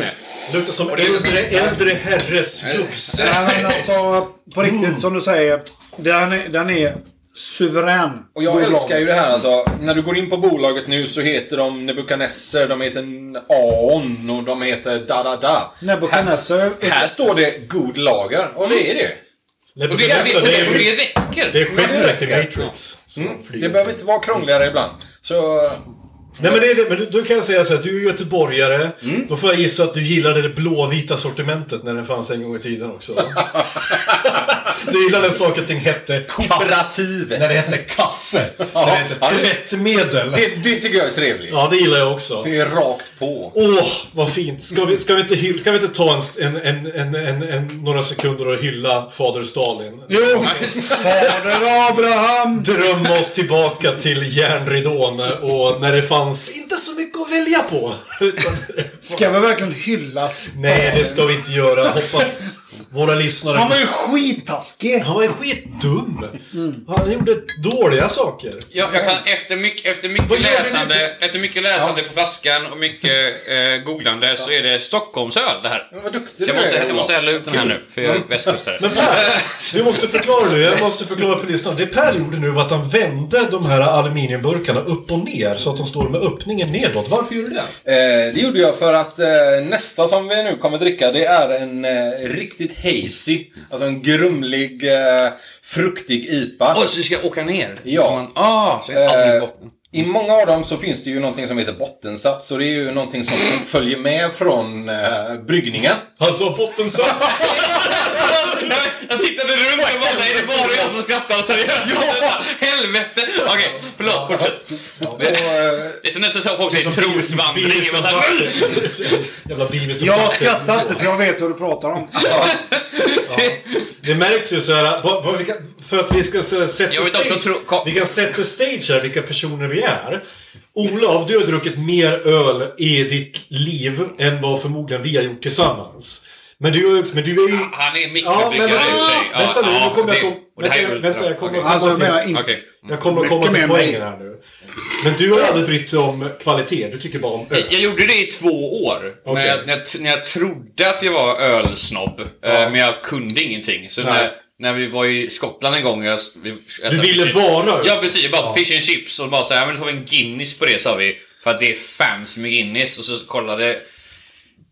A: Luktar som
B: det är-
A: äldre, äldre herres gubbse.
C: Nej, men alltså, på riktigt, som du säger. Den är, den är suverän.
D: Och jag
C: God
D: älskar
C: Lager. Mm.
D: ju det här alltså. När du går in på bolaget nu så heter de Nebuchadnezzar, de heter Aon och de heter da-da-da.
C: Nebuchadnezzar är
D: Här, här står det God Lager och det är det.
B: Och det, det,
A: Nebuchadnezzar,
B: det,
A: Alltså, det
B: det,
A: är-
B: det räcker.
A: det är skeppet till
D: räcker.
A: Matrix. som flyger.
D: Det behöver inte vara krångligare ibland.
C: [laughs]
D: Så...
A: Nej men, det är, det. men du, du kan jag säga så här, du är göteborgare. Då får jag gissa att du gillade det blåvita sortimentet när det fanns en gång i tiden också. du gillade när saker och ting hette kaffe.
D: Kooperativet.
A: När det hette kaffe.
D: Ja.
A: när det hette
D: Ja, det-
A: tvättmedel.
D: Det, det tycker jag är trevligt.
A: Ja, det gillar jag också.
D: Det är rakt på.
A: Åh, vad fint! Ska vi, ska vi, inte, hyll, ska vi inte ta en, en, en, en, en, några sekunder och hylla fader Stalin?
C: Jo! Fader Abraham!
A: Drömma oss tillbaka till järnridån och när det fanns fanns inte så mycket att välja på.
C: Ska vi verkligen hyllas?
A: Nej, det ska vi inte göra. Hoppas våra lyssnare...
C: Han var ju skittaskig!
A: Han var ju skitdum! Han gjorde dåliga saker.
B: Ja, jag kan efter mycket, efter mycket läsande, efter mycket läsande på flaskan och mycket eh, googlande så är det Stockholmsöl det här.
D: Vad duktig
B: Så
D: du
B: jag
D: är.
B: måste, jag
D: Olof.
B: måste hälla ut den här nu, för jag är västkustare.
A: Men Per, du måste förklara nu. Jag måste förklara för lyssnarna. Det Per gjorde nu var att han vände de här aluminiumburkarna upp och ner så att de står med öppningen nedåt. Varför gjorde du det?
D: Eh, det gjorde jag för att eh, nästa som vi nu kommer dricka det är en eh, riktigt hazy. Alltså en grumlig, eh, fruktig IPA.
B: Åh, så vi ska åka ner? Så
D: Ja.
B: ska man, ah, så är allting i botten.
D: I många av dem så finns det ju någonting som heter bottensats och det är ju någonting som följer med från eh, bryggningen.
A: Han sa bottensats.
B: Alltså, Jag tittade runt och bara, nej, det är bara jag som skrattar seriöst. Ja. Helvete! Okej, förlåt, fortsätt.
D: Och, eh,
B: Det är så nästan så folk säger [laughs] trosvandring.
A: Beavis
B: Jag
A: och
B: bara så här,
A: Butt-Head. Jävla Beavis och
C: Jag
A: Butt-Head.
C: skrattar inte för jag vet vad du pratar om.
A: Det märks ju så här, vad, vad vi kan, för att vi ska s- sätta
B: Jag vet också
A: stage,
B: tro- kom-
A: vi kan sätta stage här vilka personer vi är. Olav, du har druckit mer öl i ditt liv än vad förmodligen vi har gjort tillsammans. Men du, är- men du är ju...
B: Han är
A: Ja, men
B: mikrodrickare
A: vänta,
B: i och för sig. Ja,
A: vänta nu,
B: ja,
A: nu kommer jag
B: det-
A: kom,
B: och det här är
A: vänta, vänta,
B: ultra.
A: jag kommer
B: Okej.
A: att
C: Alltså
A: komma
C: jag menar
A: till,
C: inte...
B: Okej.
A: jag kommer att komma
C: Mycket
A: till
C: mer än
A: poängen här nu. Men du har aldrig brytt dig om kvalitet, du tycker bara om öl.
B: Jag- Jag gjorde det i två år.
A: Okej.
B: När, jag, när, jag, när jag trodde att jag var ölsnobb, eh, men jag kunde ingenting. Så när, när vi var i Skottland en gång... Jag, vi, äta
A: ville
B: fish-
A: vara öl.
B: Ja, precis. Jag bara fish and chips och bara så här, men då får vi en Guinness på det, sa vi. För att det är fans med Guinness. Och så kollade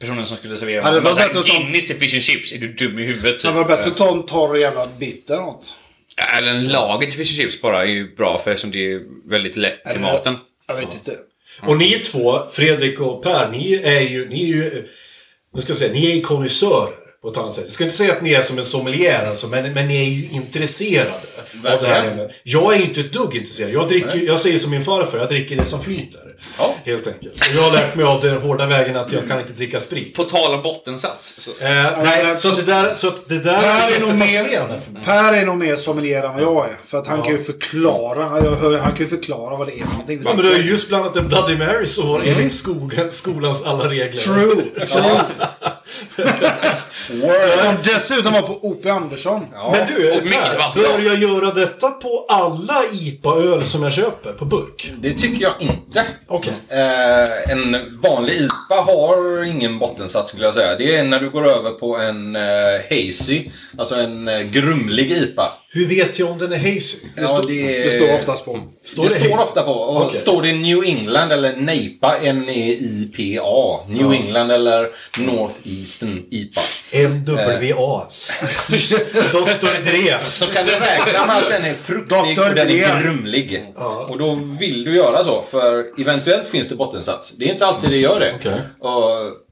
B: personen som skulle servera
C: Hade det
B: mig. bara så
C: varit bättre
B: här,
C: att ta-
B: Guinness till fish and chips? Är du dum i huvudet?
C: Det
B: Typ.
C: var bättre att ta en torr jävla bitter eller något.
B: Eh, Eller en lager till fish and chips bara är ju bra, för eftersom det är väldigt lätt till maten.
C: Jag vet inte.
A: Och ni två, Fredrik och Per, ni är ju... Ni är ju nu ska jag säga, ni är ju konnässörer på ett annat sätt. Jag ska inte säga att ni är som en sommelier alltså, men, men ni är ju intresserade. Av det här. ämnet. Jag är ju inte ett dugg intresserad. Jag, dricker, jag säger som min farfar, jag dricker det som flyter.
D: Ja.
A: Helt enkelt. Och jag har lärt mig av den hårda vägen att jag kan inte dricka sprit.
B: På tal om bottensats. Så.
A: Eh, nej, så att det där, så att det där
C: Per är, nog
A: jättefascinerande
C: mer,
A: för mig.
C: per är nog mer sommelier än vad jag är. För att han kan ju förklara. Han hör- han kan ju förklara vad det är för någonting.
A: Ja, men du har ju just blandat en Bloody Mary som var enligt skogen, skolans alla regler.
C: Mm. True, true.
A: [laughs]
C: Som dessutom var på O.P. Andersson.
A: Men du,
B: Och mycket
A: Per,
B: vatten.
A: bör jag göra detta på alla IPA-öl som jag köper på burk?
D: det tycker jag inte.
A: Okej.
D: Eh, en vanlig IPA har ingen bottensats skulle jag säga. Det är när du går över på en eh, hazy, alltså en eh, grumlig IPA.
A: Hur vet jag om den är hazy?
D: Ja,
C: Det Mm. står oftast på.
A: Står
D: det
A: det
D: står
A: hazy?
D: ofta på. Och
A: Okej.
D: Står det New England eller E NEIPA, N-E-I-P-A, New England eller Northeastern IPA.
B: [laughs]
A: NWA. Dr. Dre.
D: Så kan du räkna med att den är fruktig
C: Dr.
D: och den
C: Drea.
D: är grumlig. Och då vill du göra så, för eventuellt finns det bottensats. Det är inte alltid det gör det.
A: Okej.
D: Och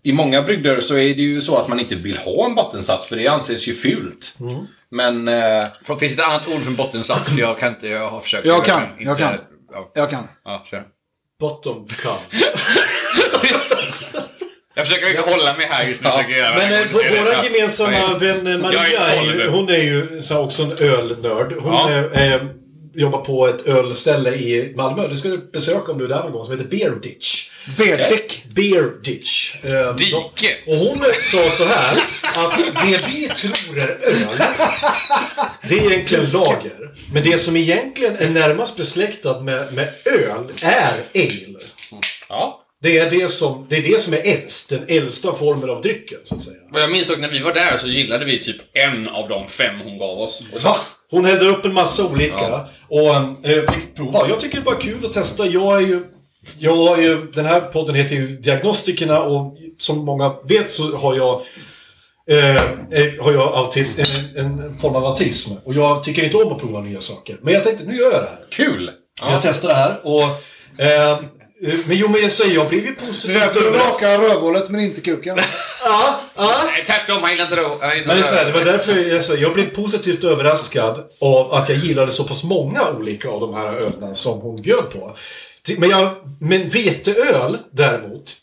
D: I många brygder så är det ju så att man inte vill ha en bottensats, för det anses ju fult.
A: Mm.
D: Men... Eh,
B: För- Finns det ett annat ord för en bottensats? För jag kan inte, jag har försökt.
C: Jag kan,
B: inte-
C: jag kan.
B: Ja,
C: Jag kan.
B: ja, kör.
A: Bottom cum.
B: Jag försöker inte hålla mig här just nu. försöker jag göra
A: Men
B: verkligen
A: eh, vår-
B: se det.
A: våra
B: Ja.
A: gemensamma
B: Jag är-
A: vän eh,
B: Jag
A: Maria,
B: är
A: är ju,
B: tolv.
A: hon är ju så här, också en ölnörd. Hon
B: Ja.
A: eh, eh, jobbar på ett ölställe i Malmö. Du skulle besöka om du är där någon gång, som heter Beer Ditch. Eh,
C: Berdäck.
A: Beer Ditch. Eh,
B: Dike.
A: Och hon sa så här att det vi tror är öl, det är egentligen lager. Men det som egentligen är närmast besläktat med, med öl är ale.
D: ja.
A: Det är det, som, det är det som är äldst, den äldsta formen av drycken, så att säga.
B: Vad jag minns dock när vi var där så gillade vi typ en av de fem hon gav oss. Och så-
A: Va? Hon hällde upp en massa olika och eh, fick prova. Jag tycker det är bara kul att testa. Jag är ju... Jag har ju den här podden heter ju Diagnostikerna och som många vet så har jag... Eh, eh, har jag autism, en, en, en form av autism. Och jag tycker inte om att prova nya saker. Men jag tänkte, nu gör jag det här.
D: Kul!
A: Jag testar det här och... Eh, eh, men jo, men jag säger, jag blev ju
C: Det
A: positivt
C: är därför du
A: överraskad.
C: rakar rövhålet men inte kuken.
A: Ja, ja.
B: Nej, tvärtom. Han gillade det. Han
A: Men
B: gillade
A: det, är så här, det var därför jag, sa, jag blev positivt överraskad av att jag gillade så pass många olika av de här ölen som hon bjöd på. Ti- Men, jag, men veteöl däremot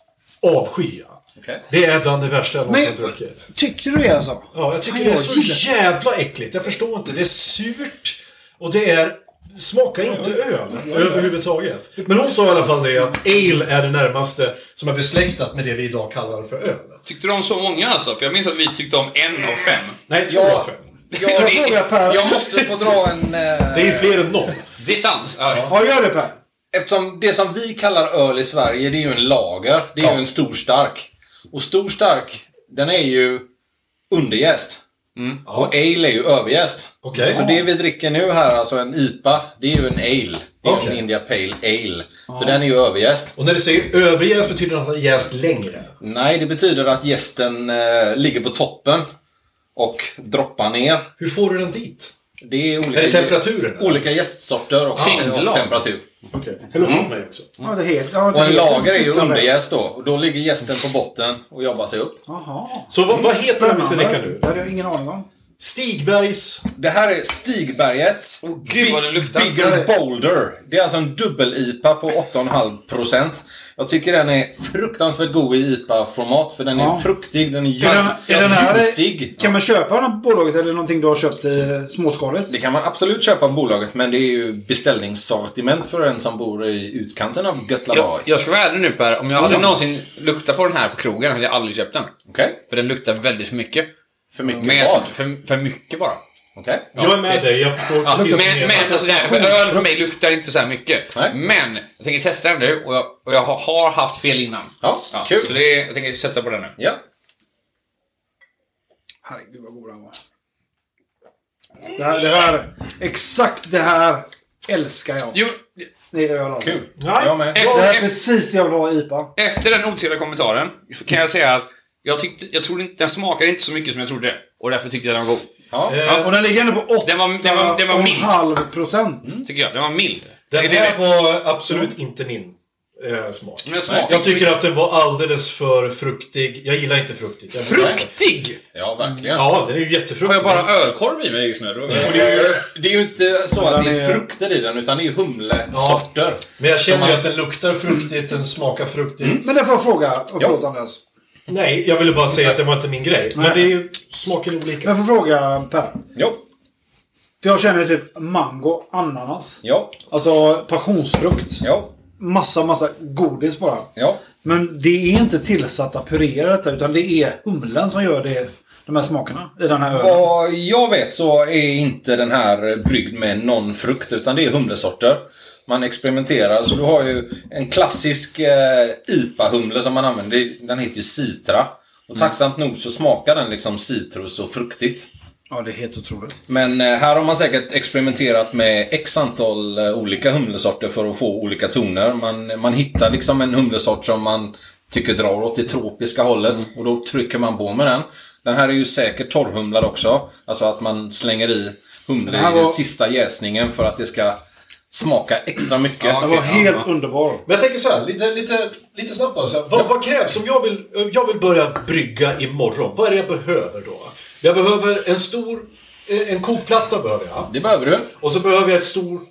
A: avskyr jag.
D: Okej.
A: Det är bland det värsta jag någonsin
C: Men,
A: druckit.
C: tycker du det alltså?
A: Ja, jag tycker
C: Fan,
A: det är
C: jag
A: så
C: gillar-
A: jävla äckligt. Jag förstår inte. Det är surt och det är Smaka inte öl överhuvudtaget. Men hon sa i alla fall det att ale är det närmaste som är besläktat med det vi idag kallar för öl.
B: Tyckte du om så många alltså? För jag minns att vi tyckte om en av fem.
A: Nej, två
B: Ja.
A: av fem.
B: [laughs]
D: Jag, jag måste få dra en... eh,
A: Det är fler än noll.
B: Det är sant. Ja.
C: Ja, gör det Per.
D: Eftersom det som vi kallar öl i Sverige, det är ju en lager. Det är ju en stor stark. Och stor stark, den är ju underjäst.
B: Mm.
D: Och ale är ju överjäst.
A: Okej.
D: Så det vi dricker nu här, alltså en IPA, det är ju en ale. Det är ju en
A: Okej.
D: India Pale Ale. Så den är ju överjäst.
A: Och när du säger överjäst betyder det att den är jäst längre.
D: Nej, det betyder att jästen eh, ligger på toppen och droppar ner.
A: Hur får du den dit?
D: Det är olika,
A: Är det temperaturen?
D: olika jästsorter också,
B: Tyngdlag.
D: och temperatur.
A: Okej. Häll upp mot mig också.
C: Ja, det heter, ja, det typ-
D: Och en
C: heter-
D: lager är ju
C: Cyklar med.
D: underjäst då. Och då ligger jästen på botten och jobbar sig upp.
C: Jaha.
A: Så vad, vad heter den vi ska dricka
C: Spännande.
A: nu?
C: Det hade jag ingen aning om.
A: Stigbergs...
D: Det här är Stigbergets Big-
B: vad det luktar.
D: Bigger Boulder. Det är alltså en dubbel-IPA på 8,5%. Jag tycker den är fruktansvärt god i IPA-format för den är
C: Ja.
D: fruktig, den är
C: Är den, är den här,
D: ljus- ljusig.
C: kan man köpa den här bolaget eller någonting du har köpt i eh, småskaligt?
D: Det kan man absolut köpa av bolaget men det är ju beställningssortiment för en som bor i utkanten av
B: Jag,
D: Götlaborg.
B: jag ska vara ärlig nu Per, om jag hade någonsin luktat på den här på krogen hade jag aldrig köpt den.
D: Okej?
B: För den luktar väldigt för mycket.
D: För mycket
B: Med,
D: vad?
B: för, för mycket bara.
D: Okej?
A: Jag är med dig, jag förstår
B: Ja,
A: precis vad du
B: men,
A: menar.
B: men alltså, det här, för öl för mig luktar inte så här mycket.
D: Nej.
B: Men jag tänker testa den nu och jag, och jag har- har haft fel innan.
D: Ja, kul.
B: Så det, är- jag tänker sätta på den nu.
D: Ja.
C: Herregud vad god den var. Det här, det här, exakt det här älskar jag.
B: Jo,
C: Det är öl alltså.
D: Kul.
A: Nej.
D: Jag med.
C: Det här är
B: efter, efter,
C: precis det jag vill ha i IPA.
B: efter den otrevliga kommentaren kan jag säga att jag, tyckte, jag trodde inte, den smakade inte så mycket som jag trodde. Och därför tyckte jag den var god. Eh,
D: Ja.
C: Och den ligger ändå på 8,5
B: Den var- den var- den var mild.
C: procent.
B: Tycker jag. Den var mild.
A: Den
B: det Mm. är
A: här
B: rätt.
A: var absolut inte min eh, smak.
B: Men smak.
A: Jag tycker att den var alldeles för fruktig. Jag gillar inte fruktigt. Jag-
B: Fruktig!
D: Ja, verkligen.
A: Ja, den är ju
B: Har
A: jättefruktig.
B: jag bara ölkorv i mig just nu? eller?
D: [laughs] Och det, är ju, det är ju inte så att det
C: Den
D: är
C: är-
D: frukter i den, utan det är ju humlesorter.
A: Men jag
D: Som
B: Mm.
A: känner ju
D: man-
A: att den luktar fruktigt, den smakar fruktigt.
C: Men det får jag fråga. Och förlåt Andreas.
A: Nej, jag ville bara säga att det var inte min grej. Men det är ju smaken är olika.
C: Men jag får fråga Per.
D: Jo.
C: För jag känner typ mango, ananas.
D: Ja.
C: Alltså passionsfrukt.
D: Ja.
C: Massa, massa godis bara.
D: Ja.
C: Men det är inte tillsatta puréer detta, utan det är humlen som gör det, de här smakerna i den här ölen.
D: Vad jag vet så är inte den här bryggd med någon frukt, utan det är humlesorter. Man experimenterar, så du har ju en klassisk eh, IPA-humle som man använder. Den heter ju Citra. Och tacksamt nog så smakar den liksom citrus och fruktigt.
C: Ja, det är helt otroligt.
D: Men eh, här har man säkert experimenterat med x antal eh, olika humlesorter för att få olika toner. Man, man hittar liksom en humlesort som man tycker drar åt det tropiska hållet och då trycker man på med den. Den här är ju säkert torrhumlad också. Alltså att man slänger i humle
C: Den här
D: i den
C: var-
D: sista jäsningen för att det ska smaka extra mycket.
B: Ja,
C: Den
B: okej.
C: var helt underbar.
A: Men jag tänker så här, lite, lite, lite snabbt bara. Så här, vad, vad krävs? Om jag vill, om jag vill börja brygga imorgon, vad är det jag behöver då? Jag behöver en stor... eh, En kokplatta behöver jag.
D: Det behöver du.
A: Och så behöver jag ett stort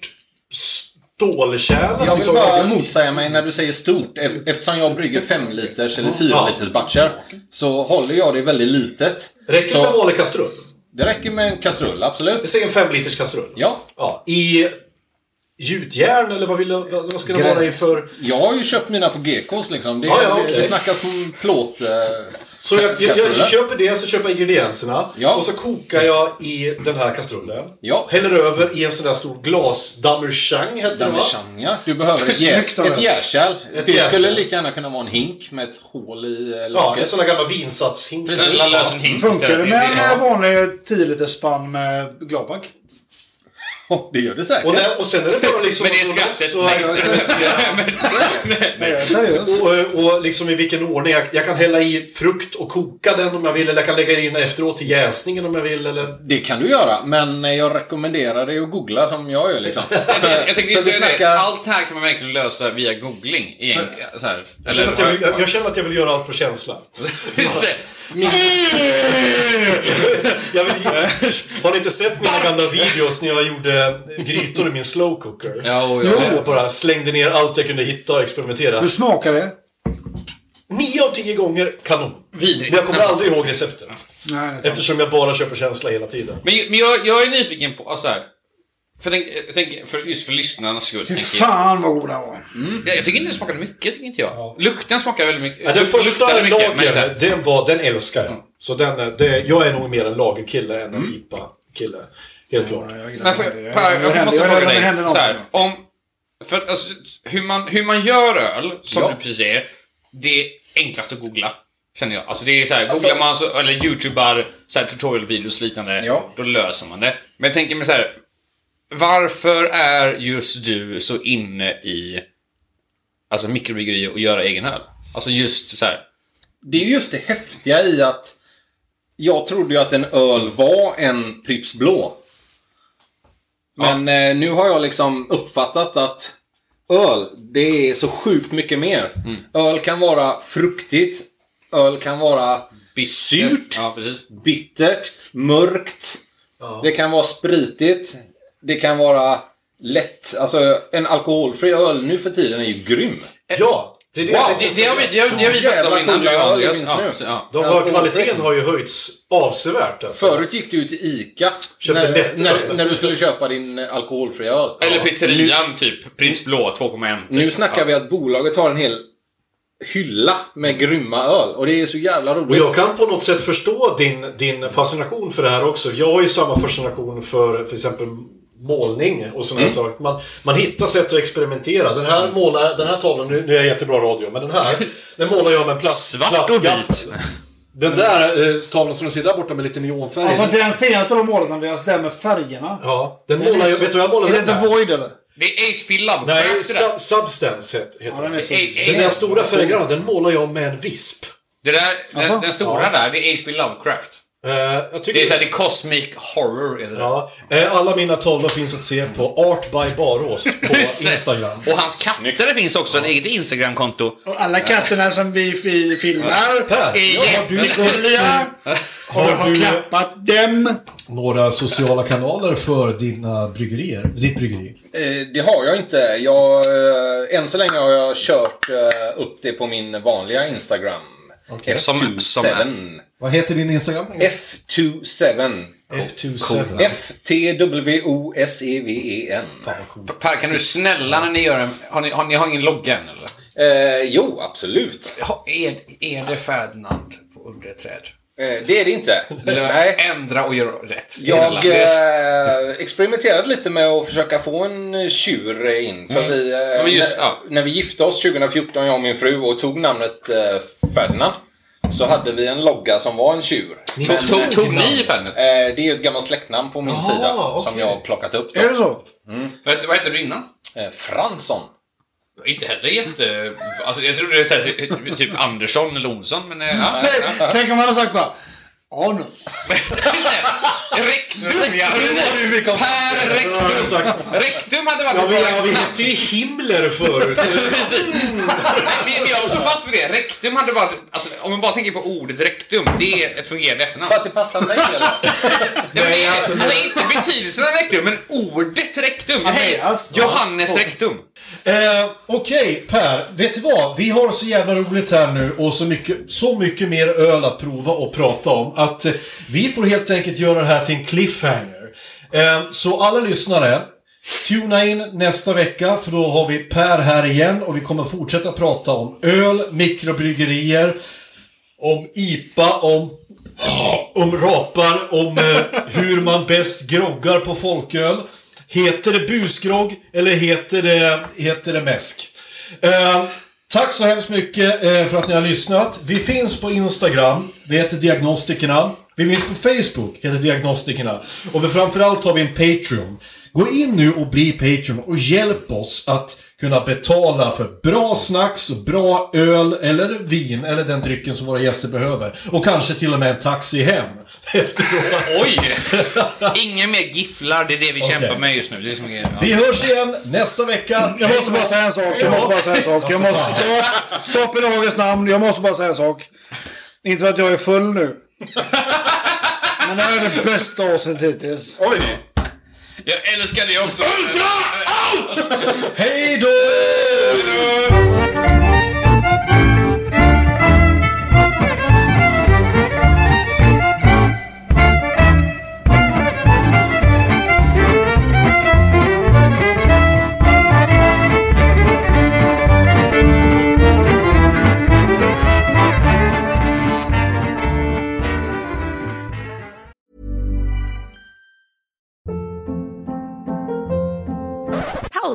A: stålkärl.
D: Jag vill bara motsäga mig när du säger stort. Ef- Eftersom jag brygger 5 liters eller 4 liters batcher så håller jag det väldigt litet.
A: Räcker det
D: så...
A: med en vanlig kastrull?
D: Det räcker med en kastrull,
A: Vi
D: absolut.
A: säger en 5 liters kastrull.
D: Ja.
A: ja. I gjutjärn eller vad, vill, jag- vad vad ska det vara i
D: Gräs.
A: för...
D: Jag har ju köpt mina på GKs liksom. Det,
A: Ja, ja, okej.
D: det snackas om plåt... Eh,
A: Så jag, jag,
D: kastruller.
A: jag köper det, så köper jag ingredienserna.
D: Ja.
A: Och så kokar jag i den här kastrullen.
D: Ja.
A: Häller över i en sån där stor glas... Damerchang heter det va?
D: Damejeanne, ja. Du behöver ett, jäs,
C: Snyggt,
D: ett jäskärl.
A: Ett
D: Det skulle
A: jäskärl.
D: lika gärna kunna vara en hink med ett hål i eh,
A: Ja, en
D: locket.
A: sån där gammal vinsatshingsar.
B: Snälla lös en hink
C: Funkar
B: istället.
C: det med en eh, vanlig 10 liters spann med gladpack?
D: det gör det säkert.
A: Och, när, och sen är det bara liksom...
B: Men det är
A: att gå loss
B: skrattet.
A: och-
B: Nej, [laughs]
A: och- [laughs]
C: Nej, jag är seriös.
A: Och, och liksom i vilken ordning. Jag, jag kan hälla i frukt och koka den om jag vill. Eller jag kan lägga in efteråt till jäsningen om jag vill. Eller...
D: Det kan du göra, men jag rekommenderar dig att googla som jag
A: [laughs]
D: gör liksom.
B: Jag tänkte- jag tänkte just
D: För vi
B: säga det.
D: snackar-
B: Allt här kan man verkligen lösa via googling. egentligen, Så här.
A: Jag, känner att jag, vill, jag, jag känner att jag vill göra allt på känsla.
B: Just det.
A: Jag vill,
B: [laughs]
A: har ni inte sett mina gamla videos när jag gjorde grytor i min slow cooker?
B: Ja, och jag-
A: jag bara slängde ner allt jag kunde hitta och experimentera.
C: Hur smakar det?
A: Nio av tio gånger kanon.
B: Vidrigt.
A: Men jag kommer aldrig ihåg receptet.
C: Nej, det är sant.
A: Eftersom jag bara kör på känsla hela tiden.
B: Men, men jag, jag är nyfiken på... Alltså här, För, tänk, jag tänker- för just för lyssnarnas skull.
C: Fy
B: tänker jag.
C: fan vad god den var.
B: Mm, jag jag tycker inte det smakade mycket, tycker inte jag. Lukten smakade väldigt mycket.
A: Ja, den
B: Luk-
A: första
B: luktade mycket, Mm. men inte-
A: lagern, den, var, den älskar jag. Så den, är- det, jag är nog mer en lagerkille än en
B: Mm.
A: IPA-kille. Helt klart.
B: Men för,
C: det-
B: per,
C: det händer-
B: jag måste
C: det
B: fråga
C: händer
B: dig.
C: någonting.
B: Så här, om, för att, alltså, hur, man, hur man gör öl, som
D: Ja.
B: du precis säger, det är enklast att googla. Känner jag. Alltså det är så här,
D: Alltså-
B: googlar man så, eller youtubar så här, tutorial-videos och liknande,
D: Ja.
B: då löser man det. Men jag tänker mig så här, varför är just du så inne i alltså, mikrobryggeri och göra egen öl? Alltså just så här.
D: Det är ju just det häftiga i att jag trodde ju att en öl var en Pripps Blå. Men eh, nu har jag liksom uppfattat att öl, det är så sjukt mycket mer. Öl kan vara fruktigt. Öl kan vara surt,
B: Ja, precis.
D: bittert, mörkt. Det kan vara spritigt. Det kan vara lätt. Alltså, en alkoholfri öl nu för tiden är ju grym.
A: Ja, det är det
D: Wow,
A: jag
B: Det,
A: tänkte
B: det har vi, det har,
A: säga.
B: det har vi
D: Så
B: pratat om
D: jävla
B: innan.
D: coola
B: du och
D: öl
B: Andreas.
D: finns
B: Ja,
D: nu.
B: så- ja.
A: De har, kvaliteten har ju höjts avsevärt. Alltså.
D: Förut gick du ju till ICA
A: Köpte
D: när,
A: lättöl.
D: när, när du skulle köpa din eh, alkoholfria öl.
B: Eller pizzerian, typ. Prins Blå 2,1. Typ.
D: Nu snackar vi att bolaget har en hel hylla med grymma öl. Och det är så jävla
A: Och
D: roligt.
A: jag kan på något sätt förstå din, din fascination för det här också. Jag har ju samma fascination för till exempel målning och sådana här saker. Man, man hittar sätt att experimentera. Den här, målar, den här tavlan, nu, nu är jag jättebra radio, men den här, den målar jag med en plast,
B: Svart och
A: plastgaff.
B: vit.
A: Den där eh, tavlan som du ser där borta med lite neonfärg.
C: Alltså den senaste de målat Andreas, den med färgerna.
A: ja, den målar jag, vet du vad jag målar
C: Är det
A: med
C: inte
A: den där?
C: Void eller?
B: Det är HP Lovecraft
A: Nej,
B: det där.
A: sub Substance het- heter
C: Ja,
A: den.
C: den är så...
B: Eh,
A: Den
B: eh,
A: där stora färggranna, den målar jag med en visp.
B: Det där, den,
C: Alltså?
B: den stora där, det är HP Lovecraft.
A: Eh, jag tycker
B: Det är såhär, det är Cosmic Horror är det där.
A: Ja, eh, alla mina tavlor finns att se på Art by Barås på
B: [laughs]
A: Instagram.
B: Och hans katter finns också, ett eget Instagram-konto.
C: Och alla katterna som vi fi- filmar
A: Per,
C: är
A: har du- Mm.
C: jättegulliga. Och jag
A: du-
C: har klappat dem.
A: Några sociala kanaler för dina bryggerier? Ditt bryggeri?
D: Eh, det har jag inte. Jag, eh, än så länge har jag kört eh, upp det på min vanliga Instagram. F27. Typ
B: Som- som är-
A: Vad heter din Instagram?
D: F27.
A: F27.
D: E F-T-W-O-S-E-V-E-N.
B: Per, kan du snälla när ni gör en... Har ni, har, ni har ingen logga än eller?
D: Eh, jo, absolut.
B: Ha- Är, är det Ferdinand på under ett träd?
D: Eh, det är det inte.
B: Eller
D: Nej.
B: ändra och gör rätt.
D: Jag
B: Snälla.
D: eh, experimenterade lite med att försöka få en eh, tjur in. För vi, eh,
B: men just- Mm.
D: när,
B: ja.
D: när vi gifte oss 2014, jag och min fru, och tog namnet eh, Ferdinand. Så hade vi en logga som var en tjur. Men,
B: Tog, tog, tog ni Ferdinand?
D: eh, det är ju ett gammalt släktnamn på min sida som
A: okej.
D: jag har plockat upp. Då.
C: Är det så?
B: Vad hette- vad hette du innan?
D: Eh, Fransson.
B: Inte heller jätte... Alltså, jag trodde det var så här, typ Andersson eller Olsson, men... eh,
A: [laughs]
B: Ja. [laughs]
C: Tänk- Tänk om man hade sagt bara... Anus.
B: Rektum, ja! Per Rektum! Rektum hade varit
A: Ja,
B: ett
A: vi,
B: bra
A: ja, vi
B: efternamn.
A: hette ju Himmler förut.
B: Precis. Men men jag var så fast för det. Rektum hade varit... Alltså, om man bara tänker på ordet rektum, det är ett fungerande efternamn.
D: För att det passar mig eller?
B: Ja, men det är, det är inte betydelsen av rektum, men ordet rektum. Hej,
C: Andreas.
B: Johannes rektum.
A: Eh, Okej, Per. Vet du vad? Vi har så jävla roligt här nu och så mycket, så mycket mer öl att prova och prata om att eh, vi får helt enkelt göra det här till en cliffhanger. Eh, så alla lyssnare, tuna in nästa vecka för då har vi Per här igen och vi kommer fortsätta prata om öl, mikrobryggerier, om IPA, om om rapar, om eh, hur man bäst groggar på folköl. Heter det busgrogg eller heter det, heter det mäsk? Eh, tack så hemskt mycket eh, för att ni har lyssnat. Vi finns på Instagram, vi heter Diagnostikerna. Vi finns på Facebook, heter Diagnostikerna. Och vi, framförallt har vi en Patreon. Gå in nu och bli Patreon och hjälp oss att kunna betala för bra snacks och bra öl eller vin eller den drycken som våra gäster behöver. Och kanske till och med en taxi hem. [laughs] Efteråt.
B: Oj! [laughs] Ingen mer gifflar, det är det vi kämpar med just nu. Det är som, ja.
A: Vi hörs igen nästa vecka.
C: Jag måste bara säga en sak. Jag måste bara säga en sak. Jag måste stopp, stopp i lagens namn. Jag måste bara säga en sak. Inte för att jag är full nu. Men det här är det bästa avsnittet hittills.
D: Oj!
B: Jag älskar det också.
A: Hej då!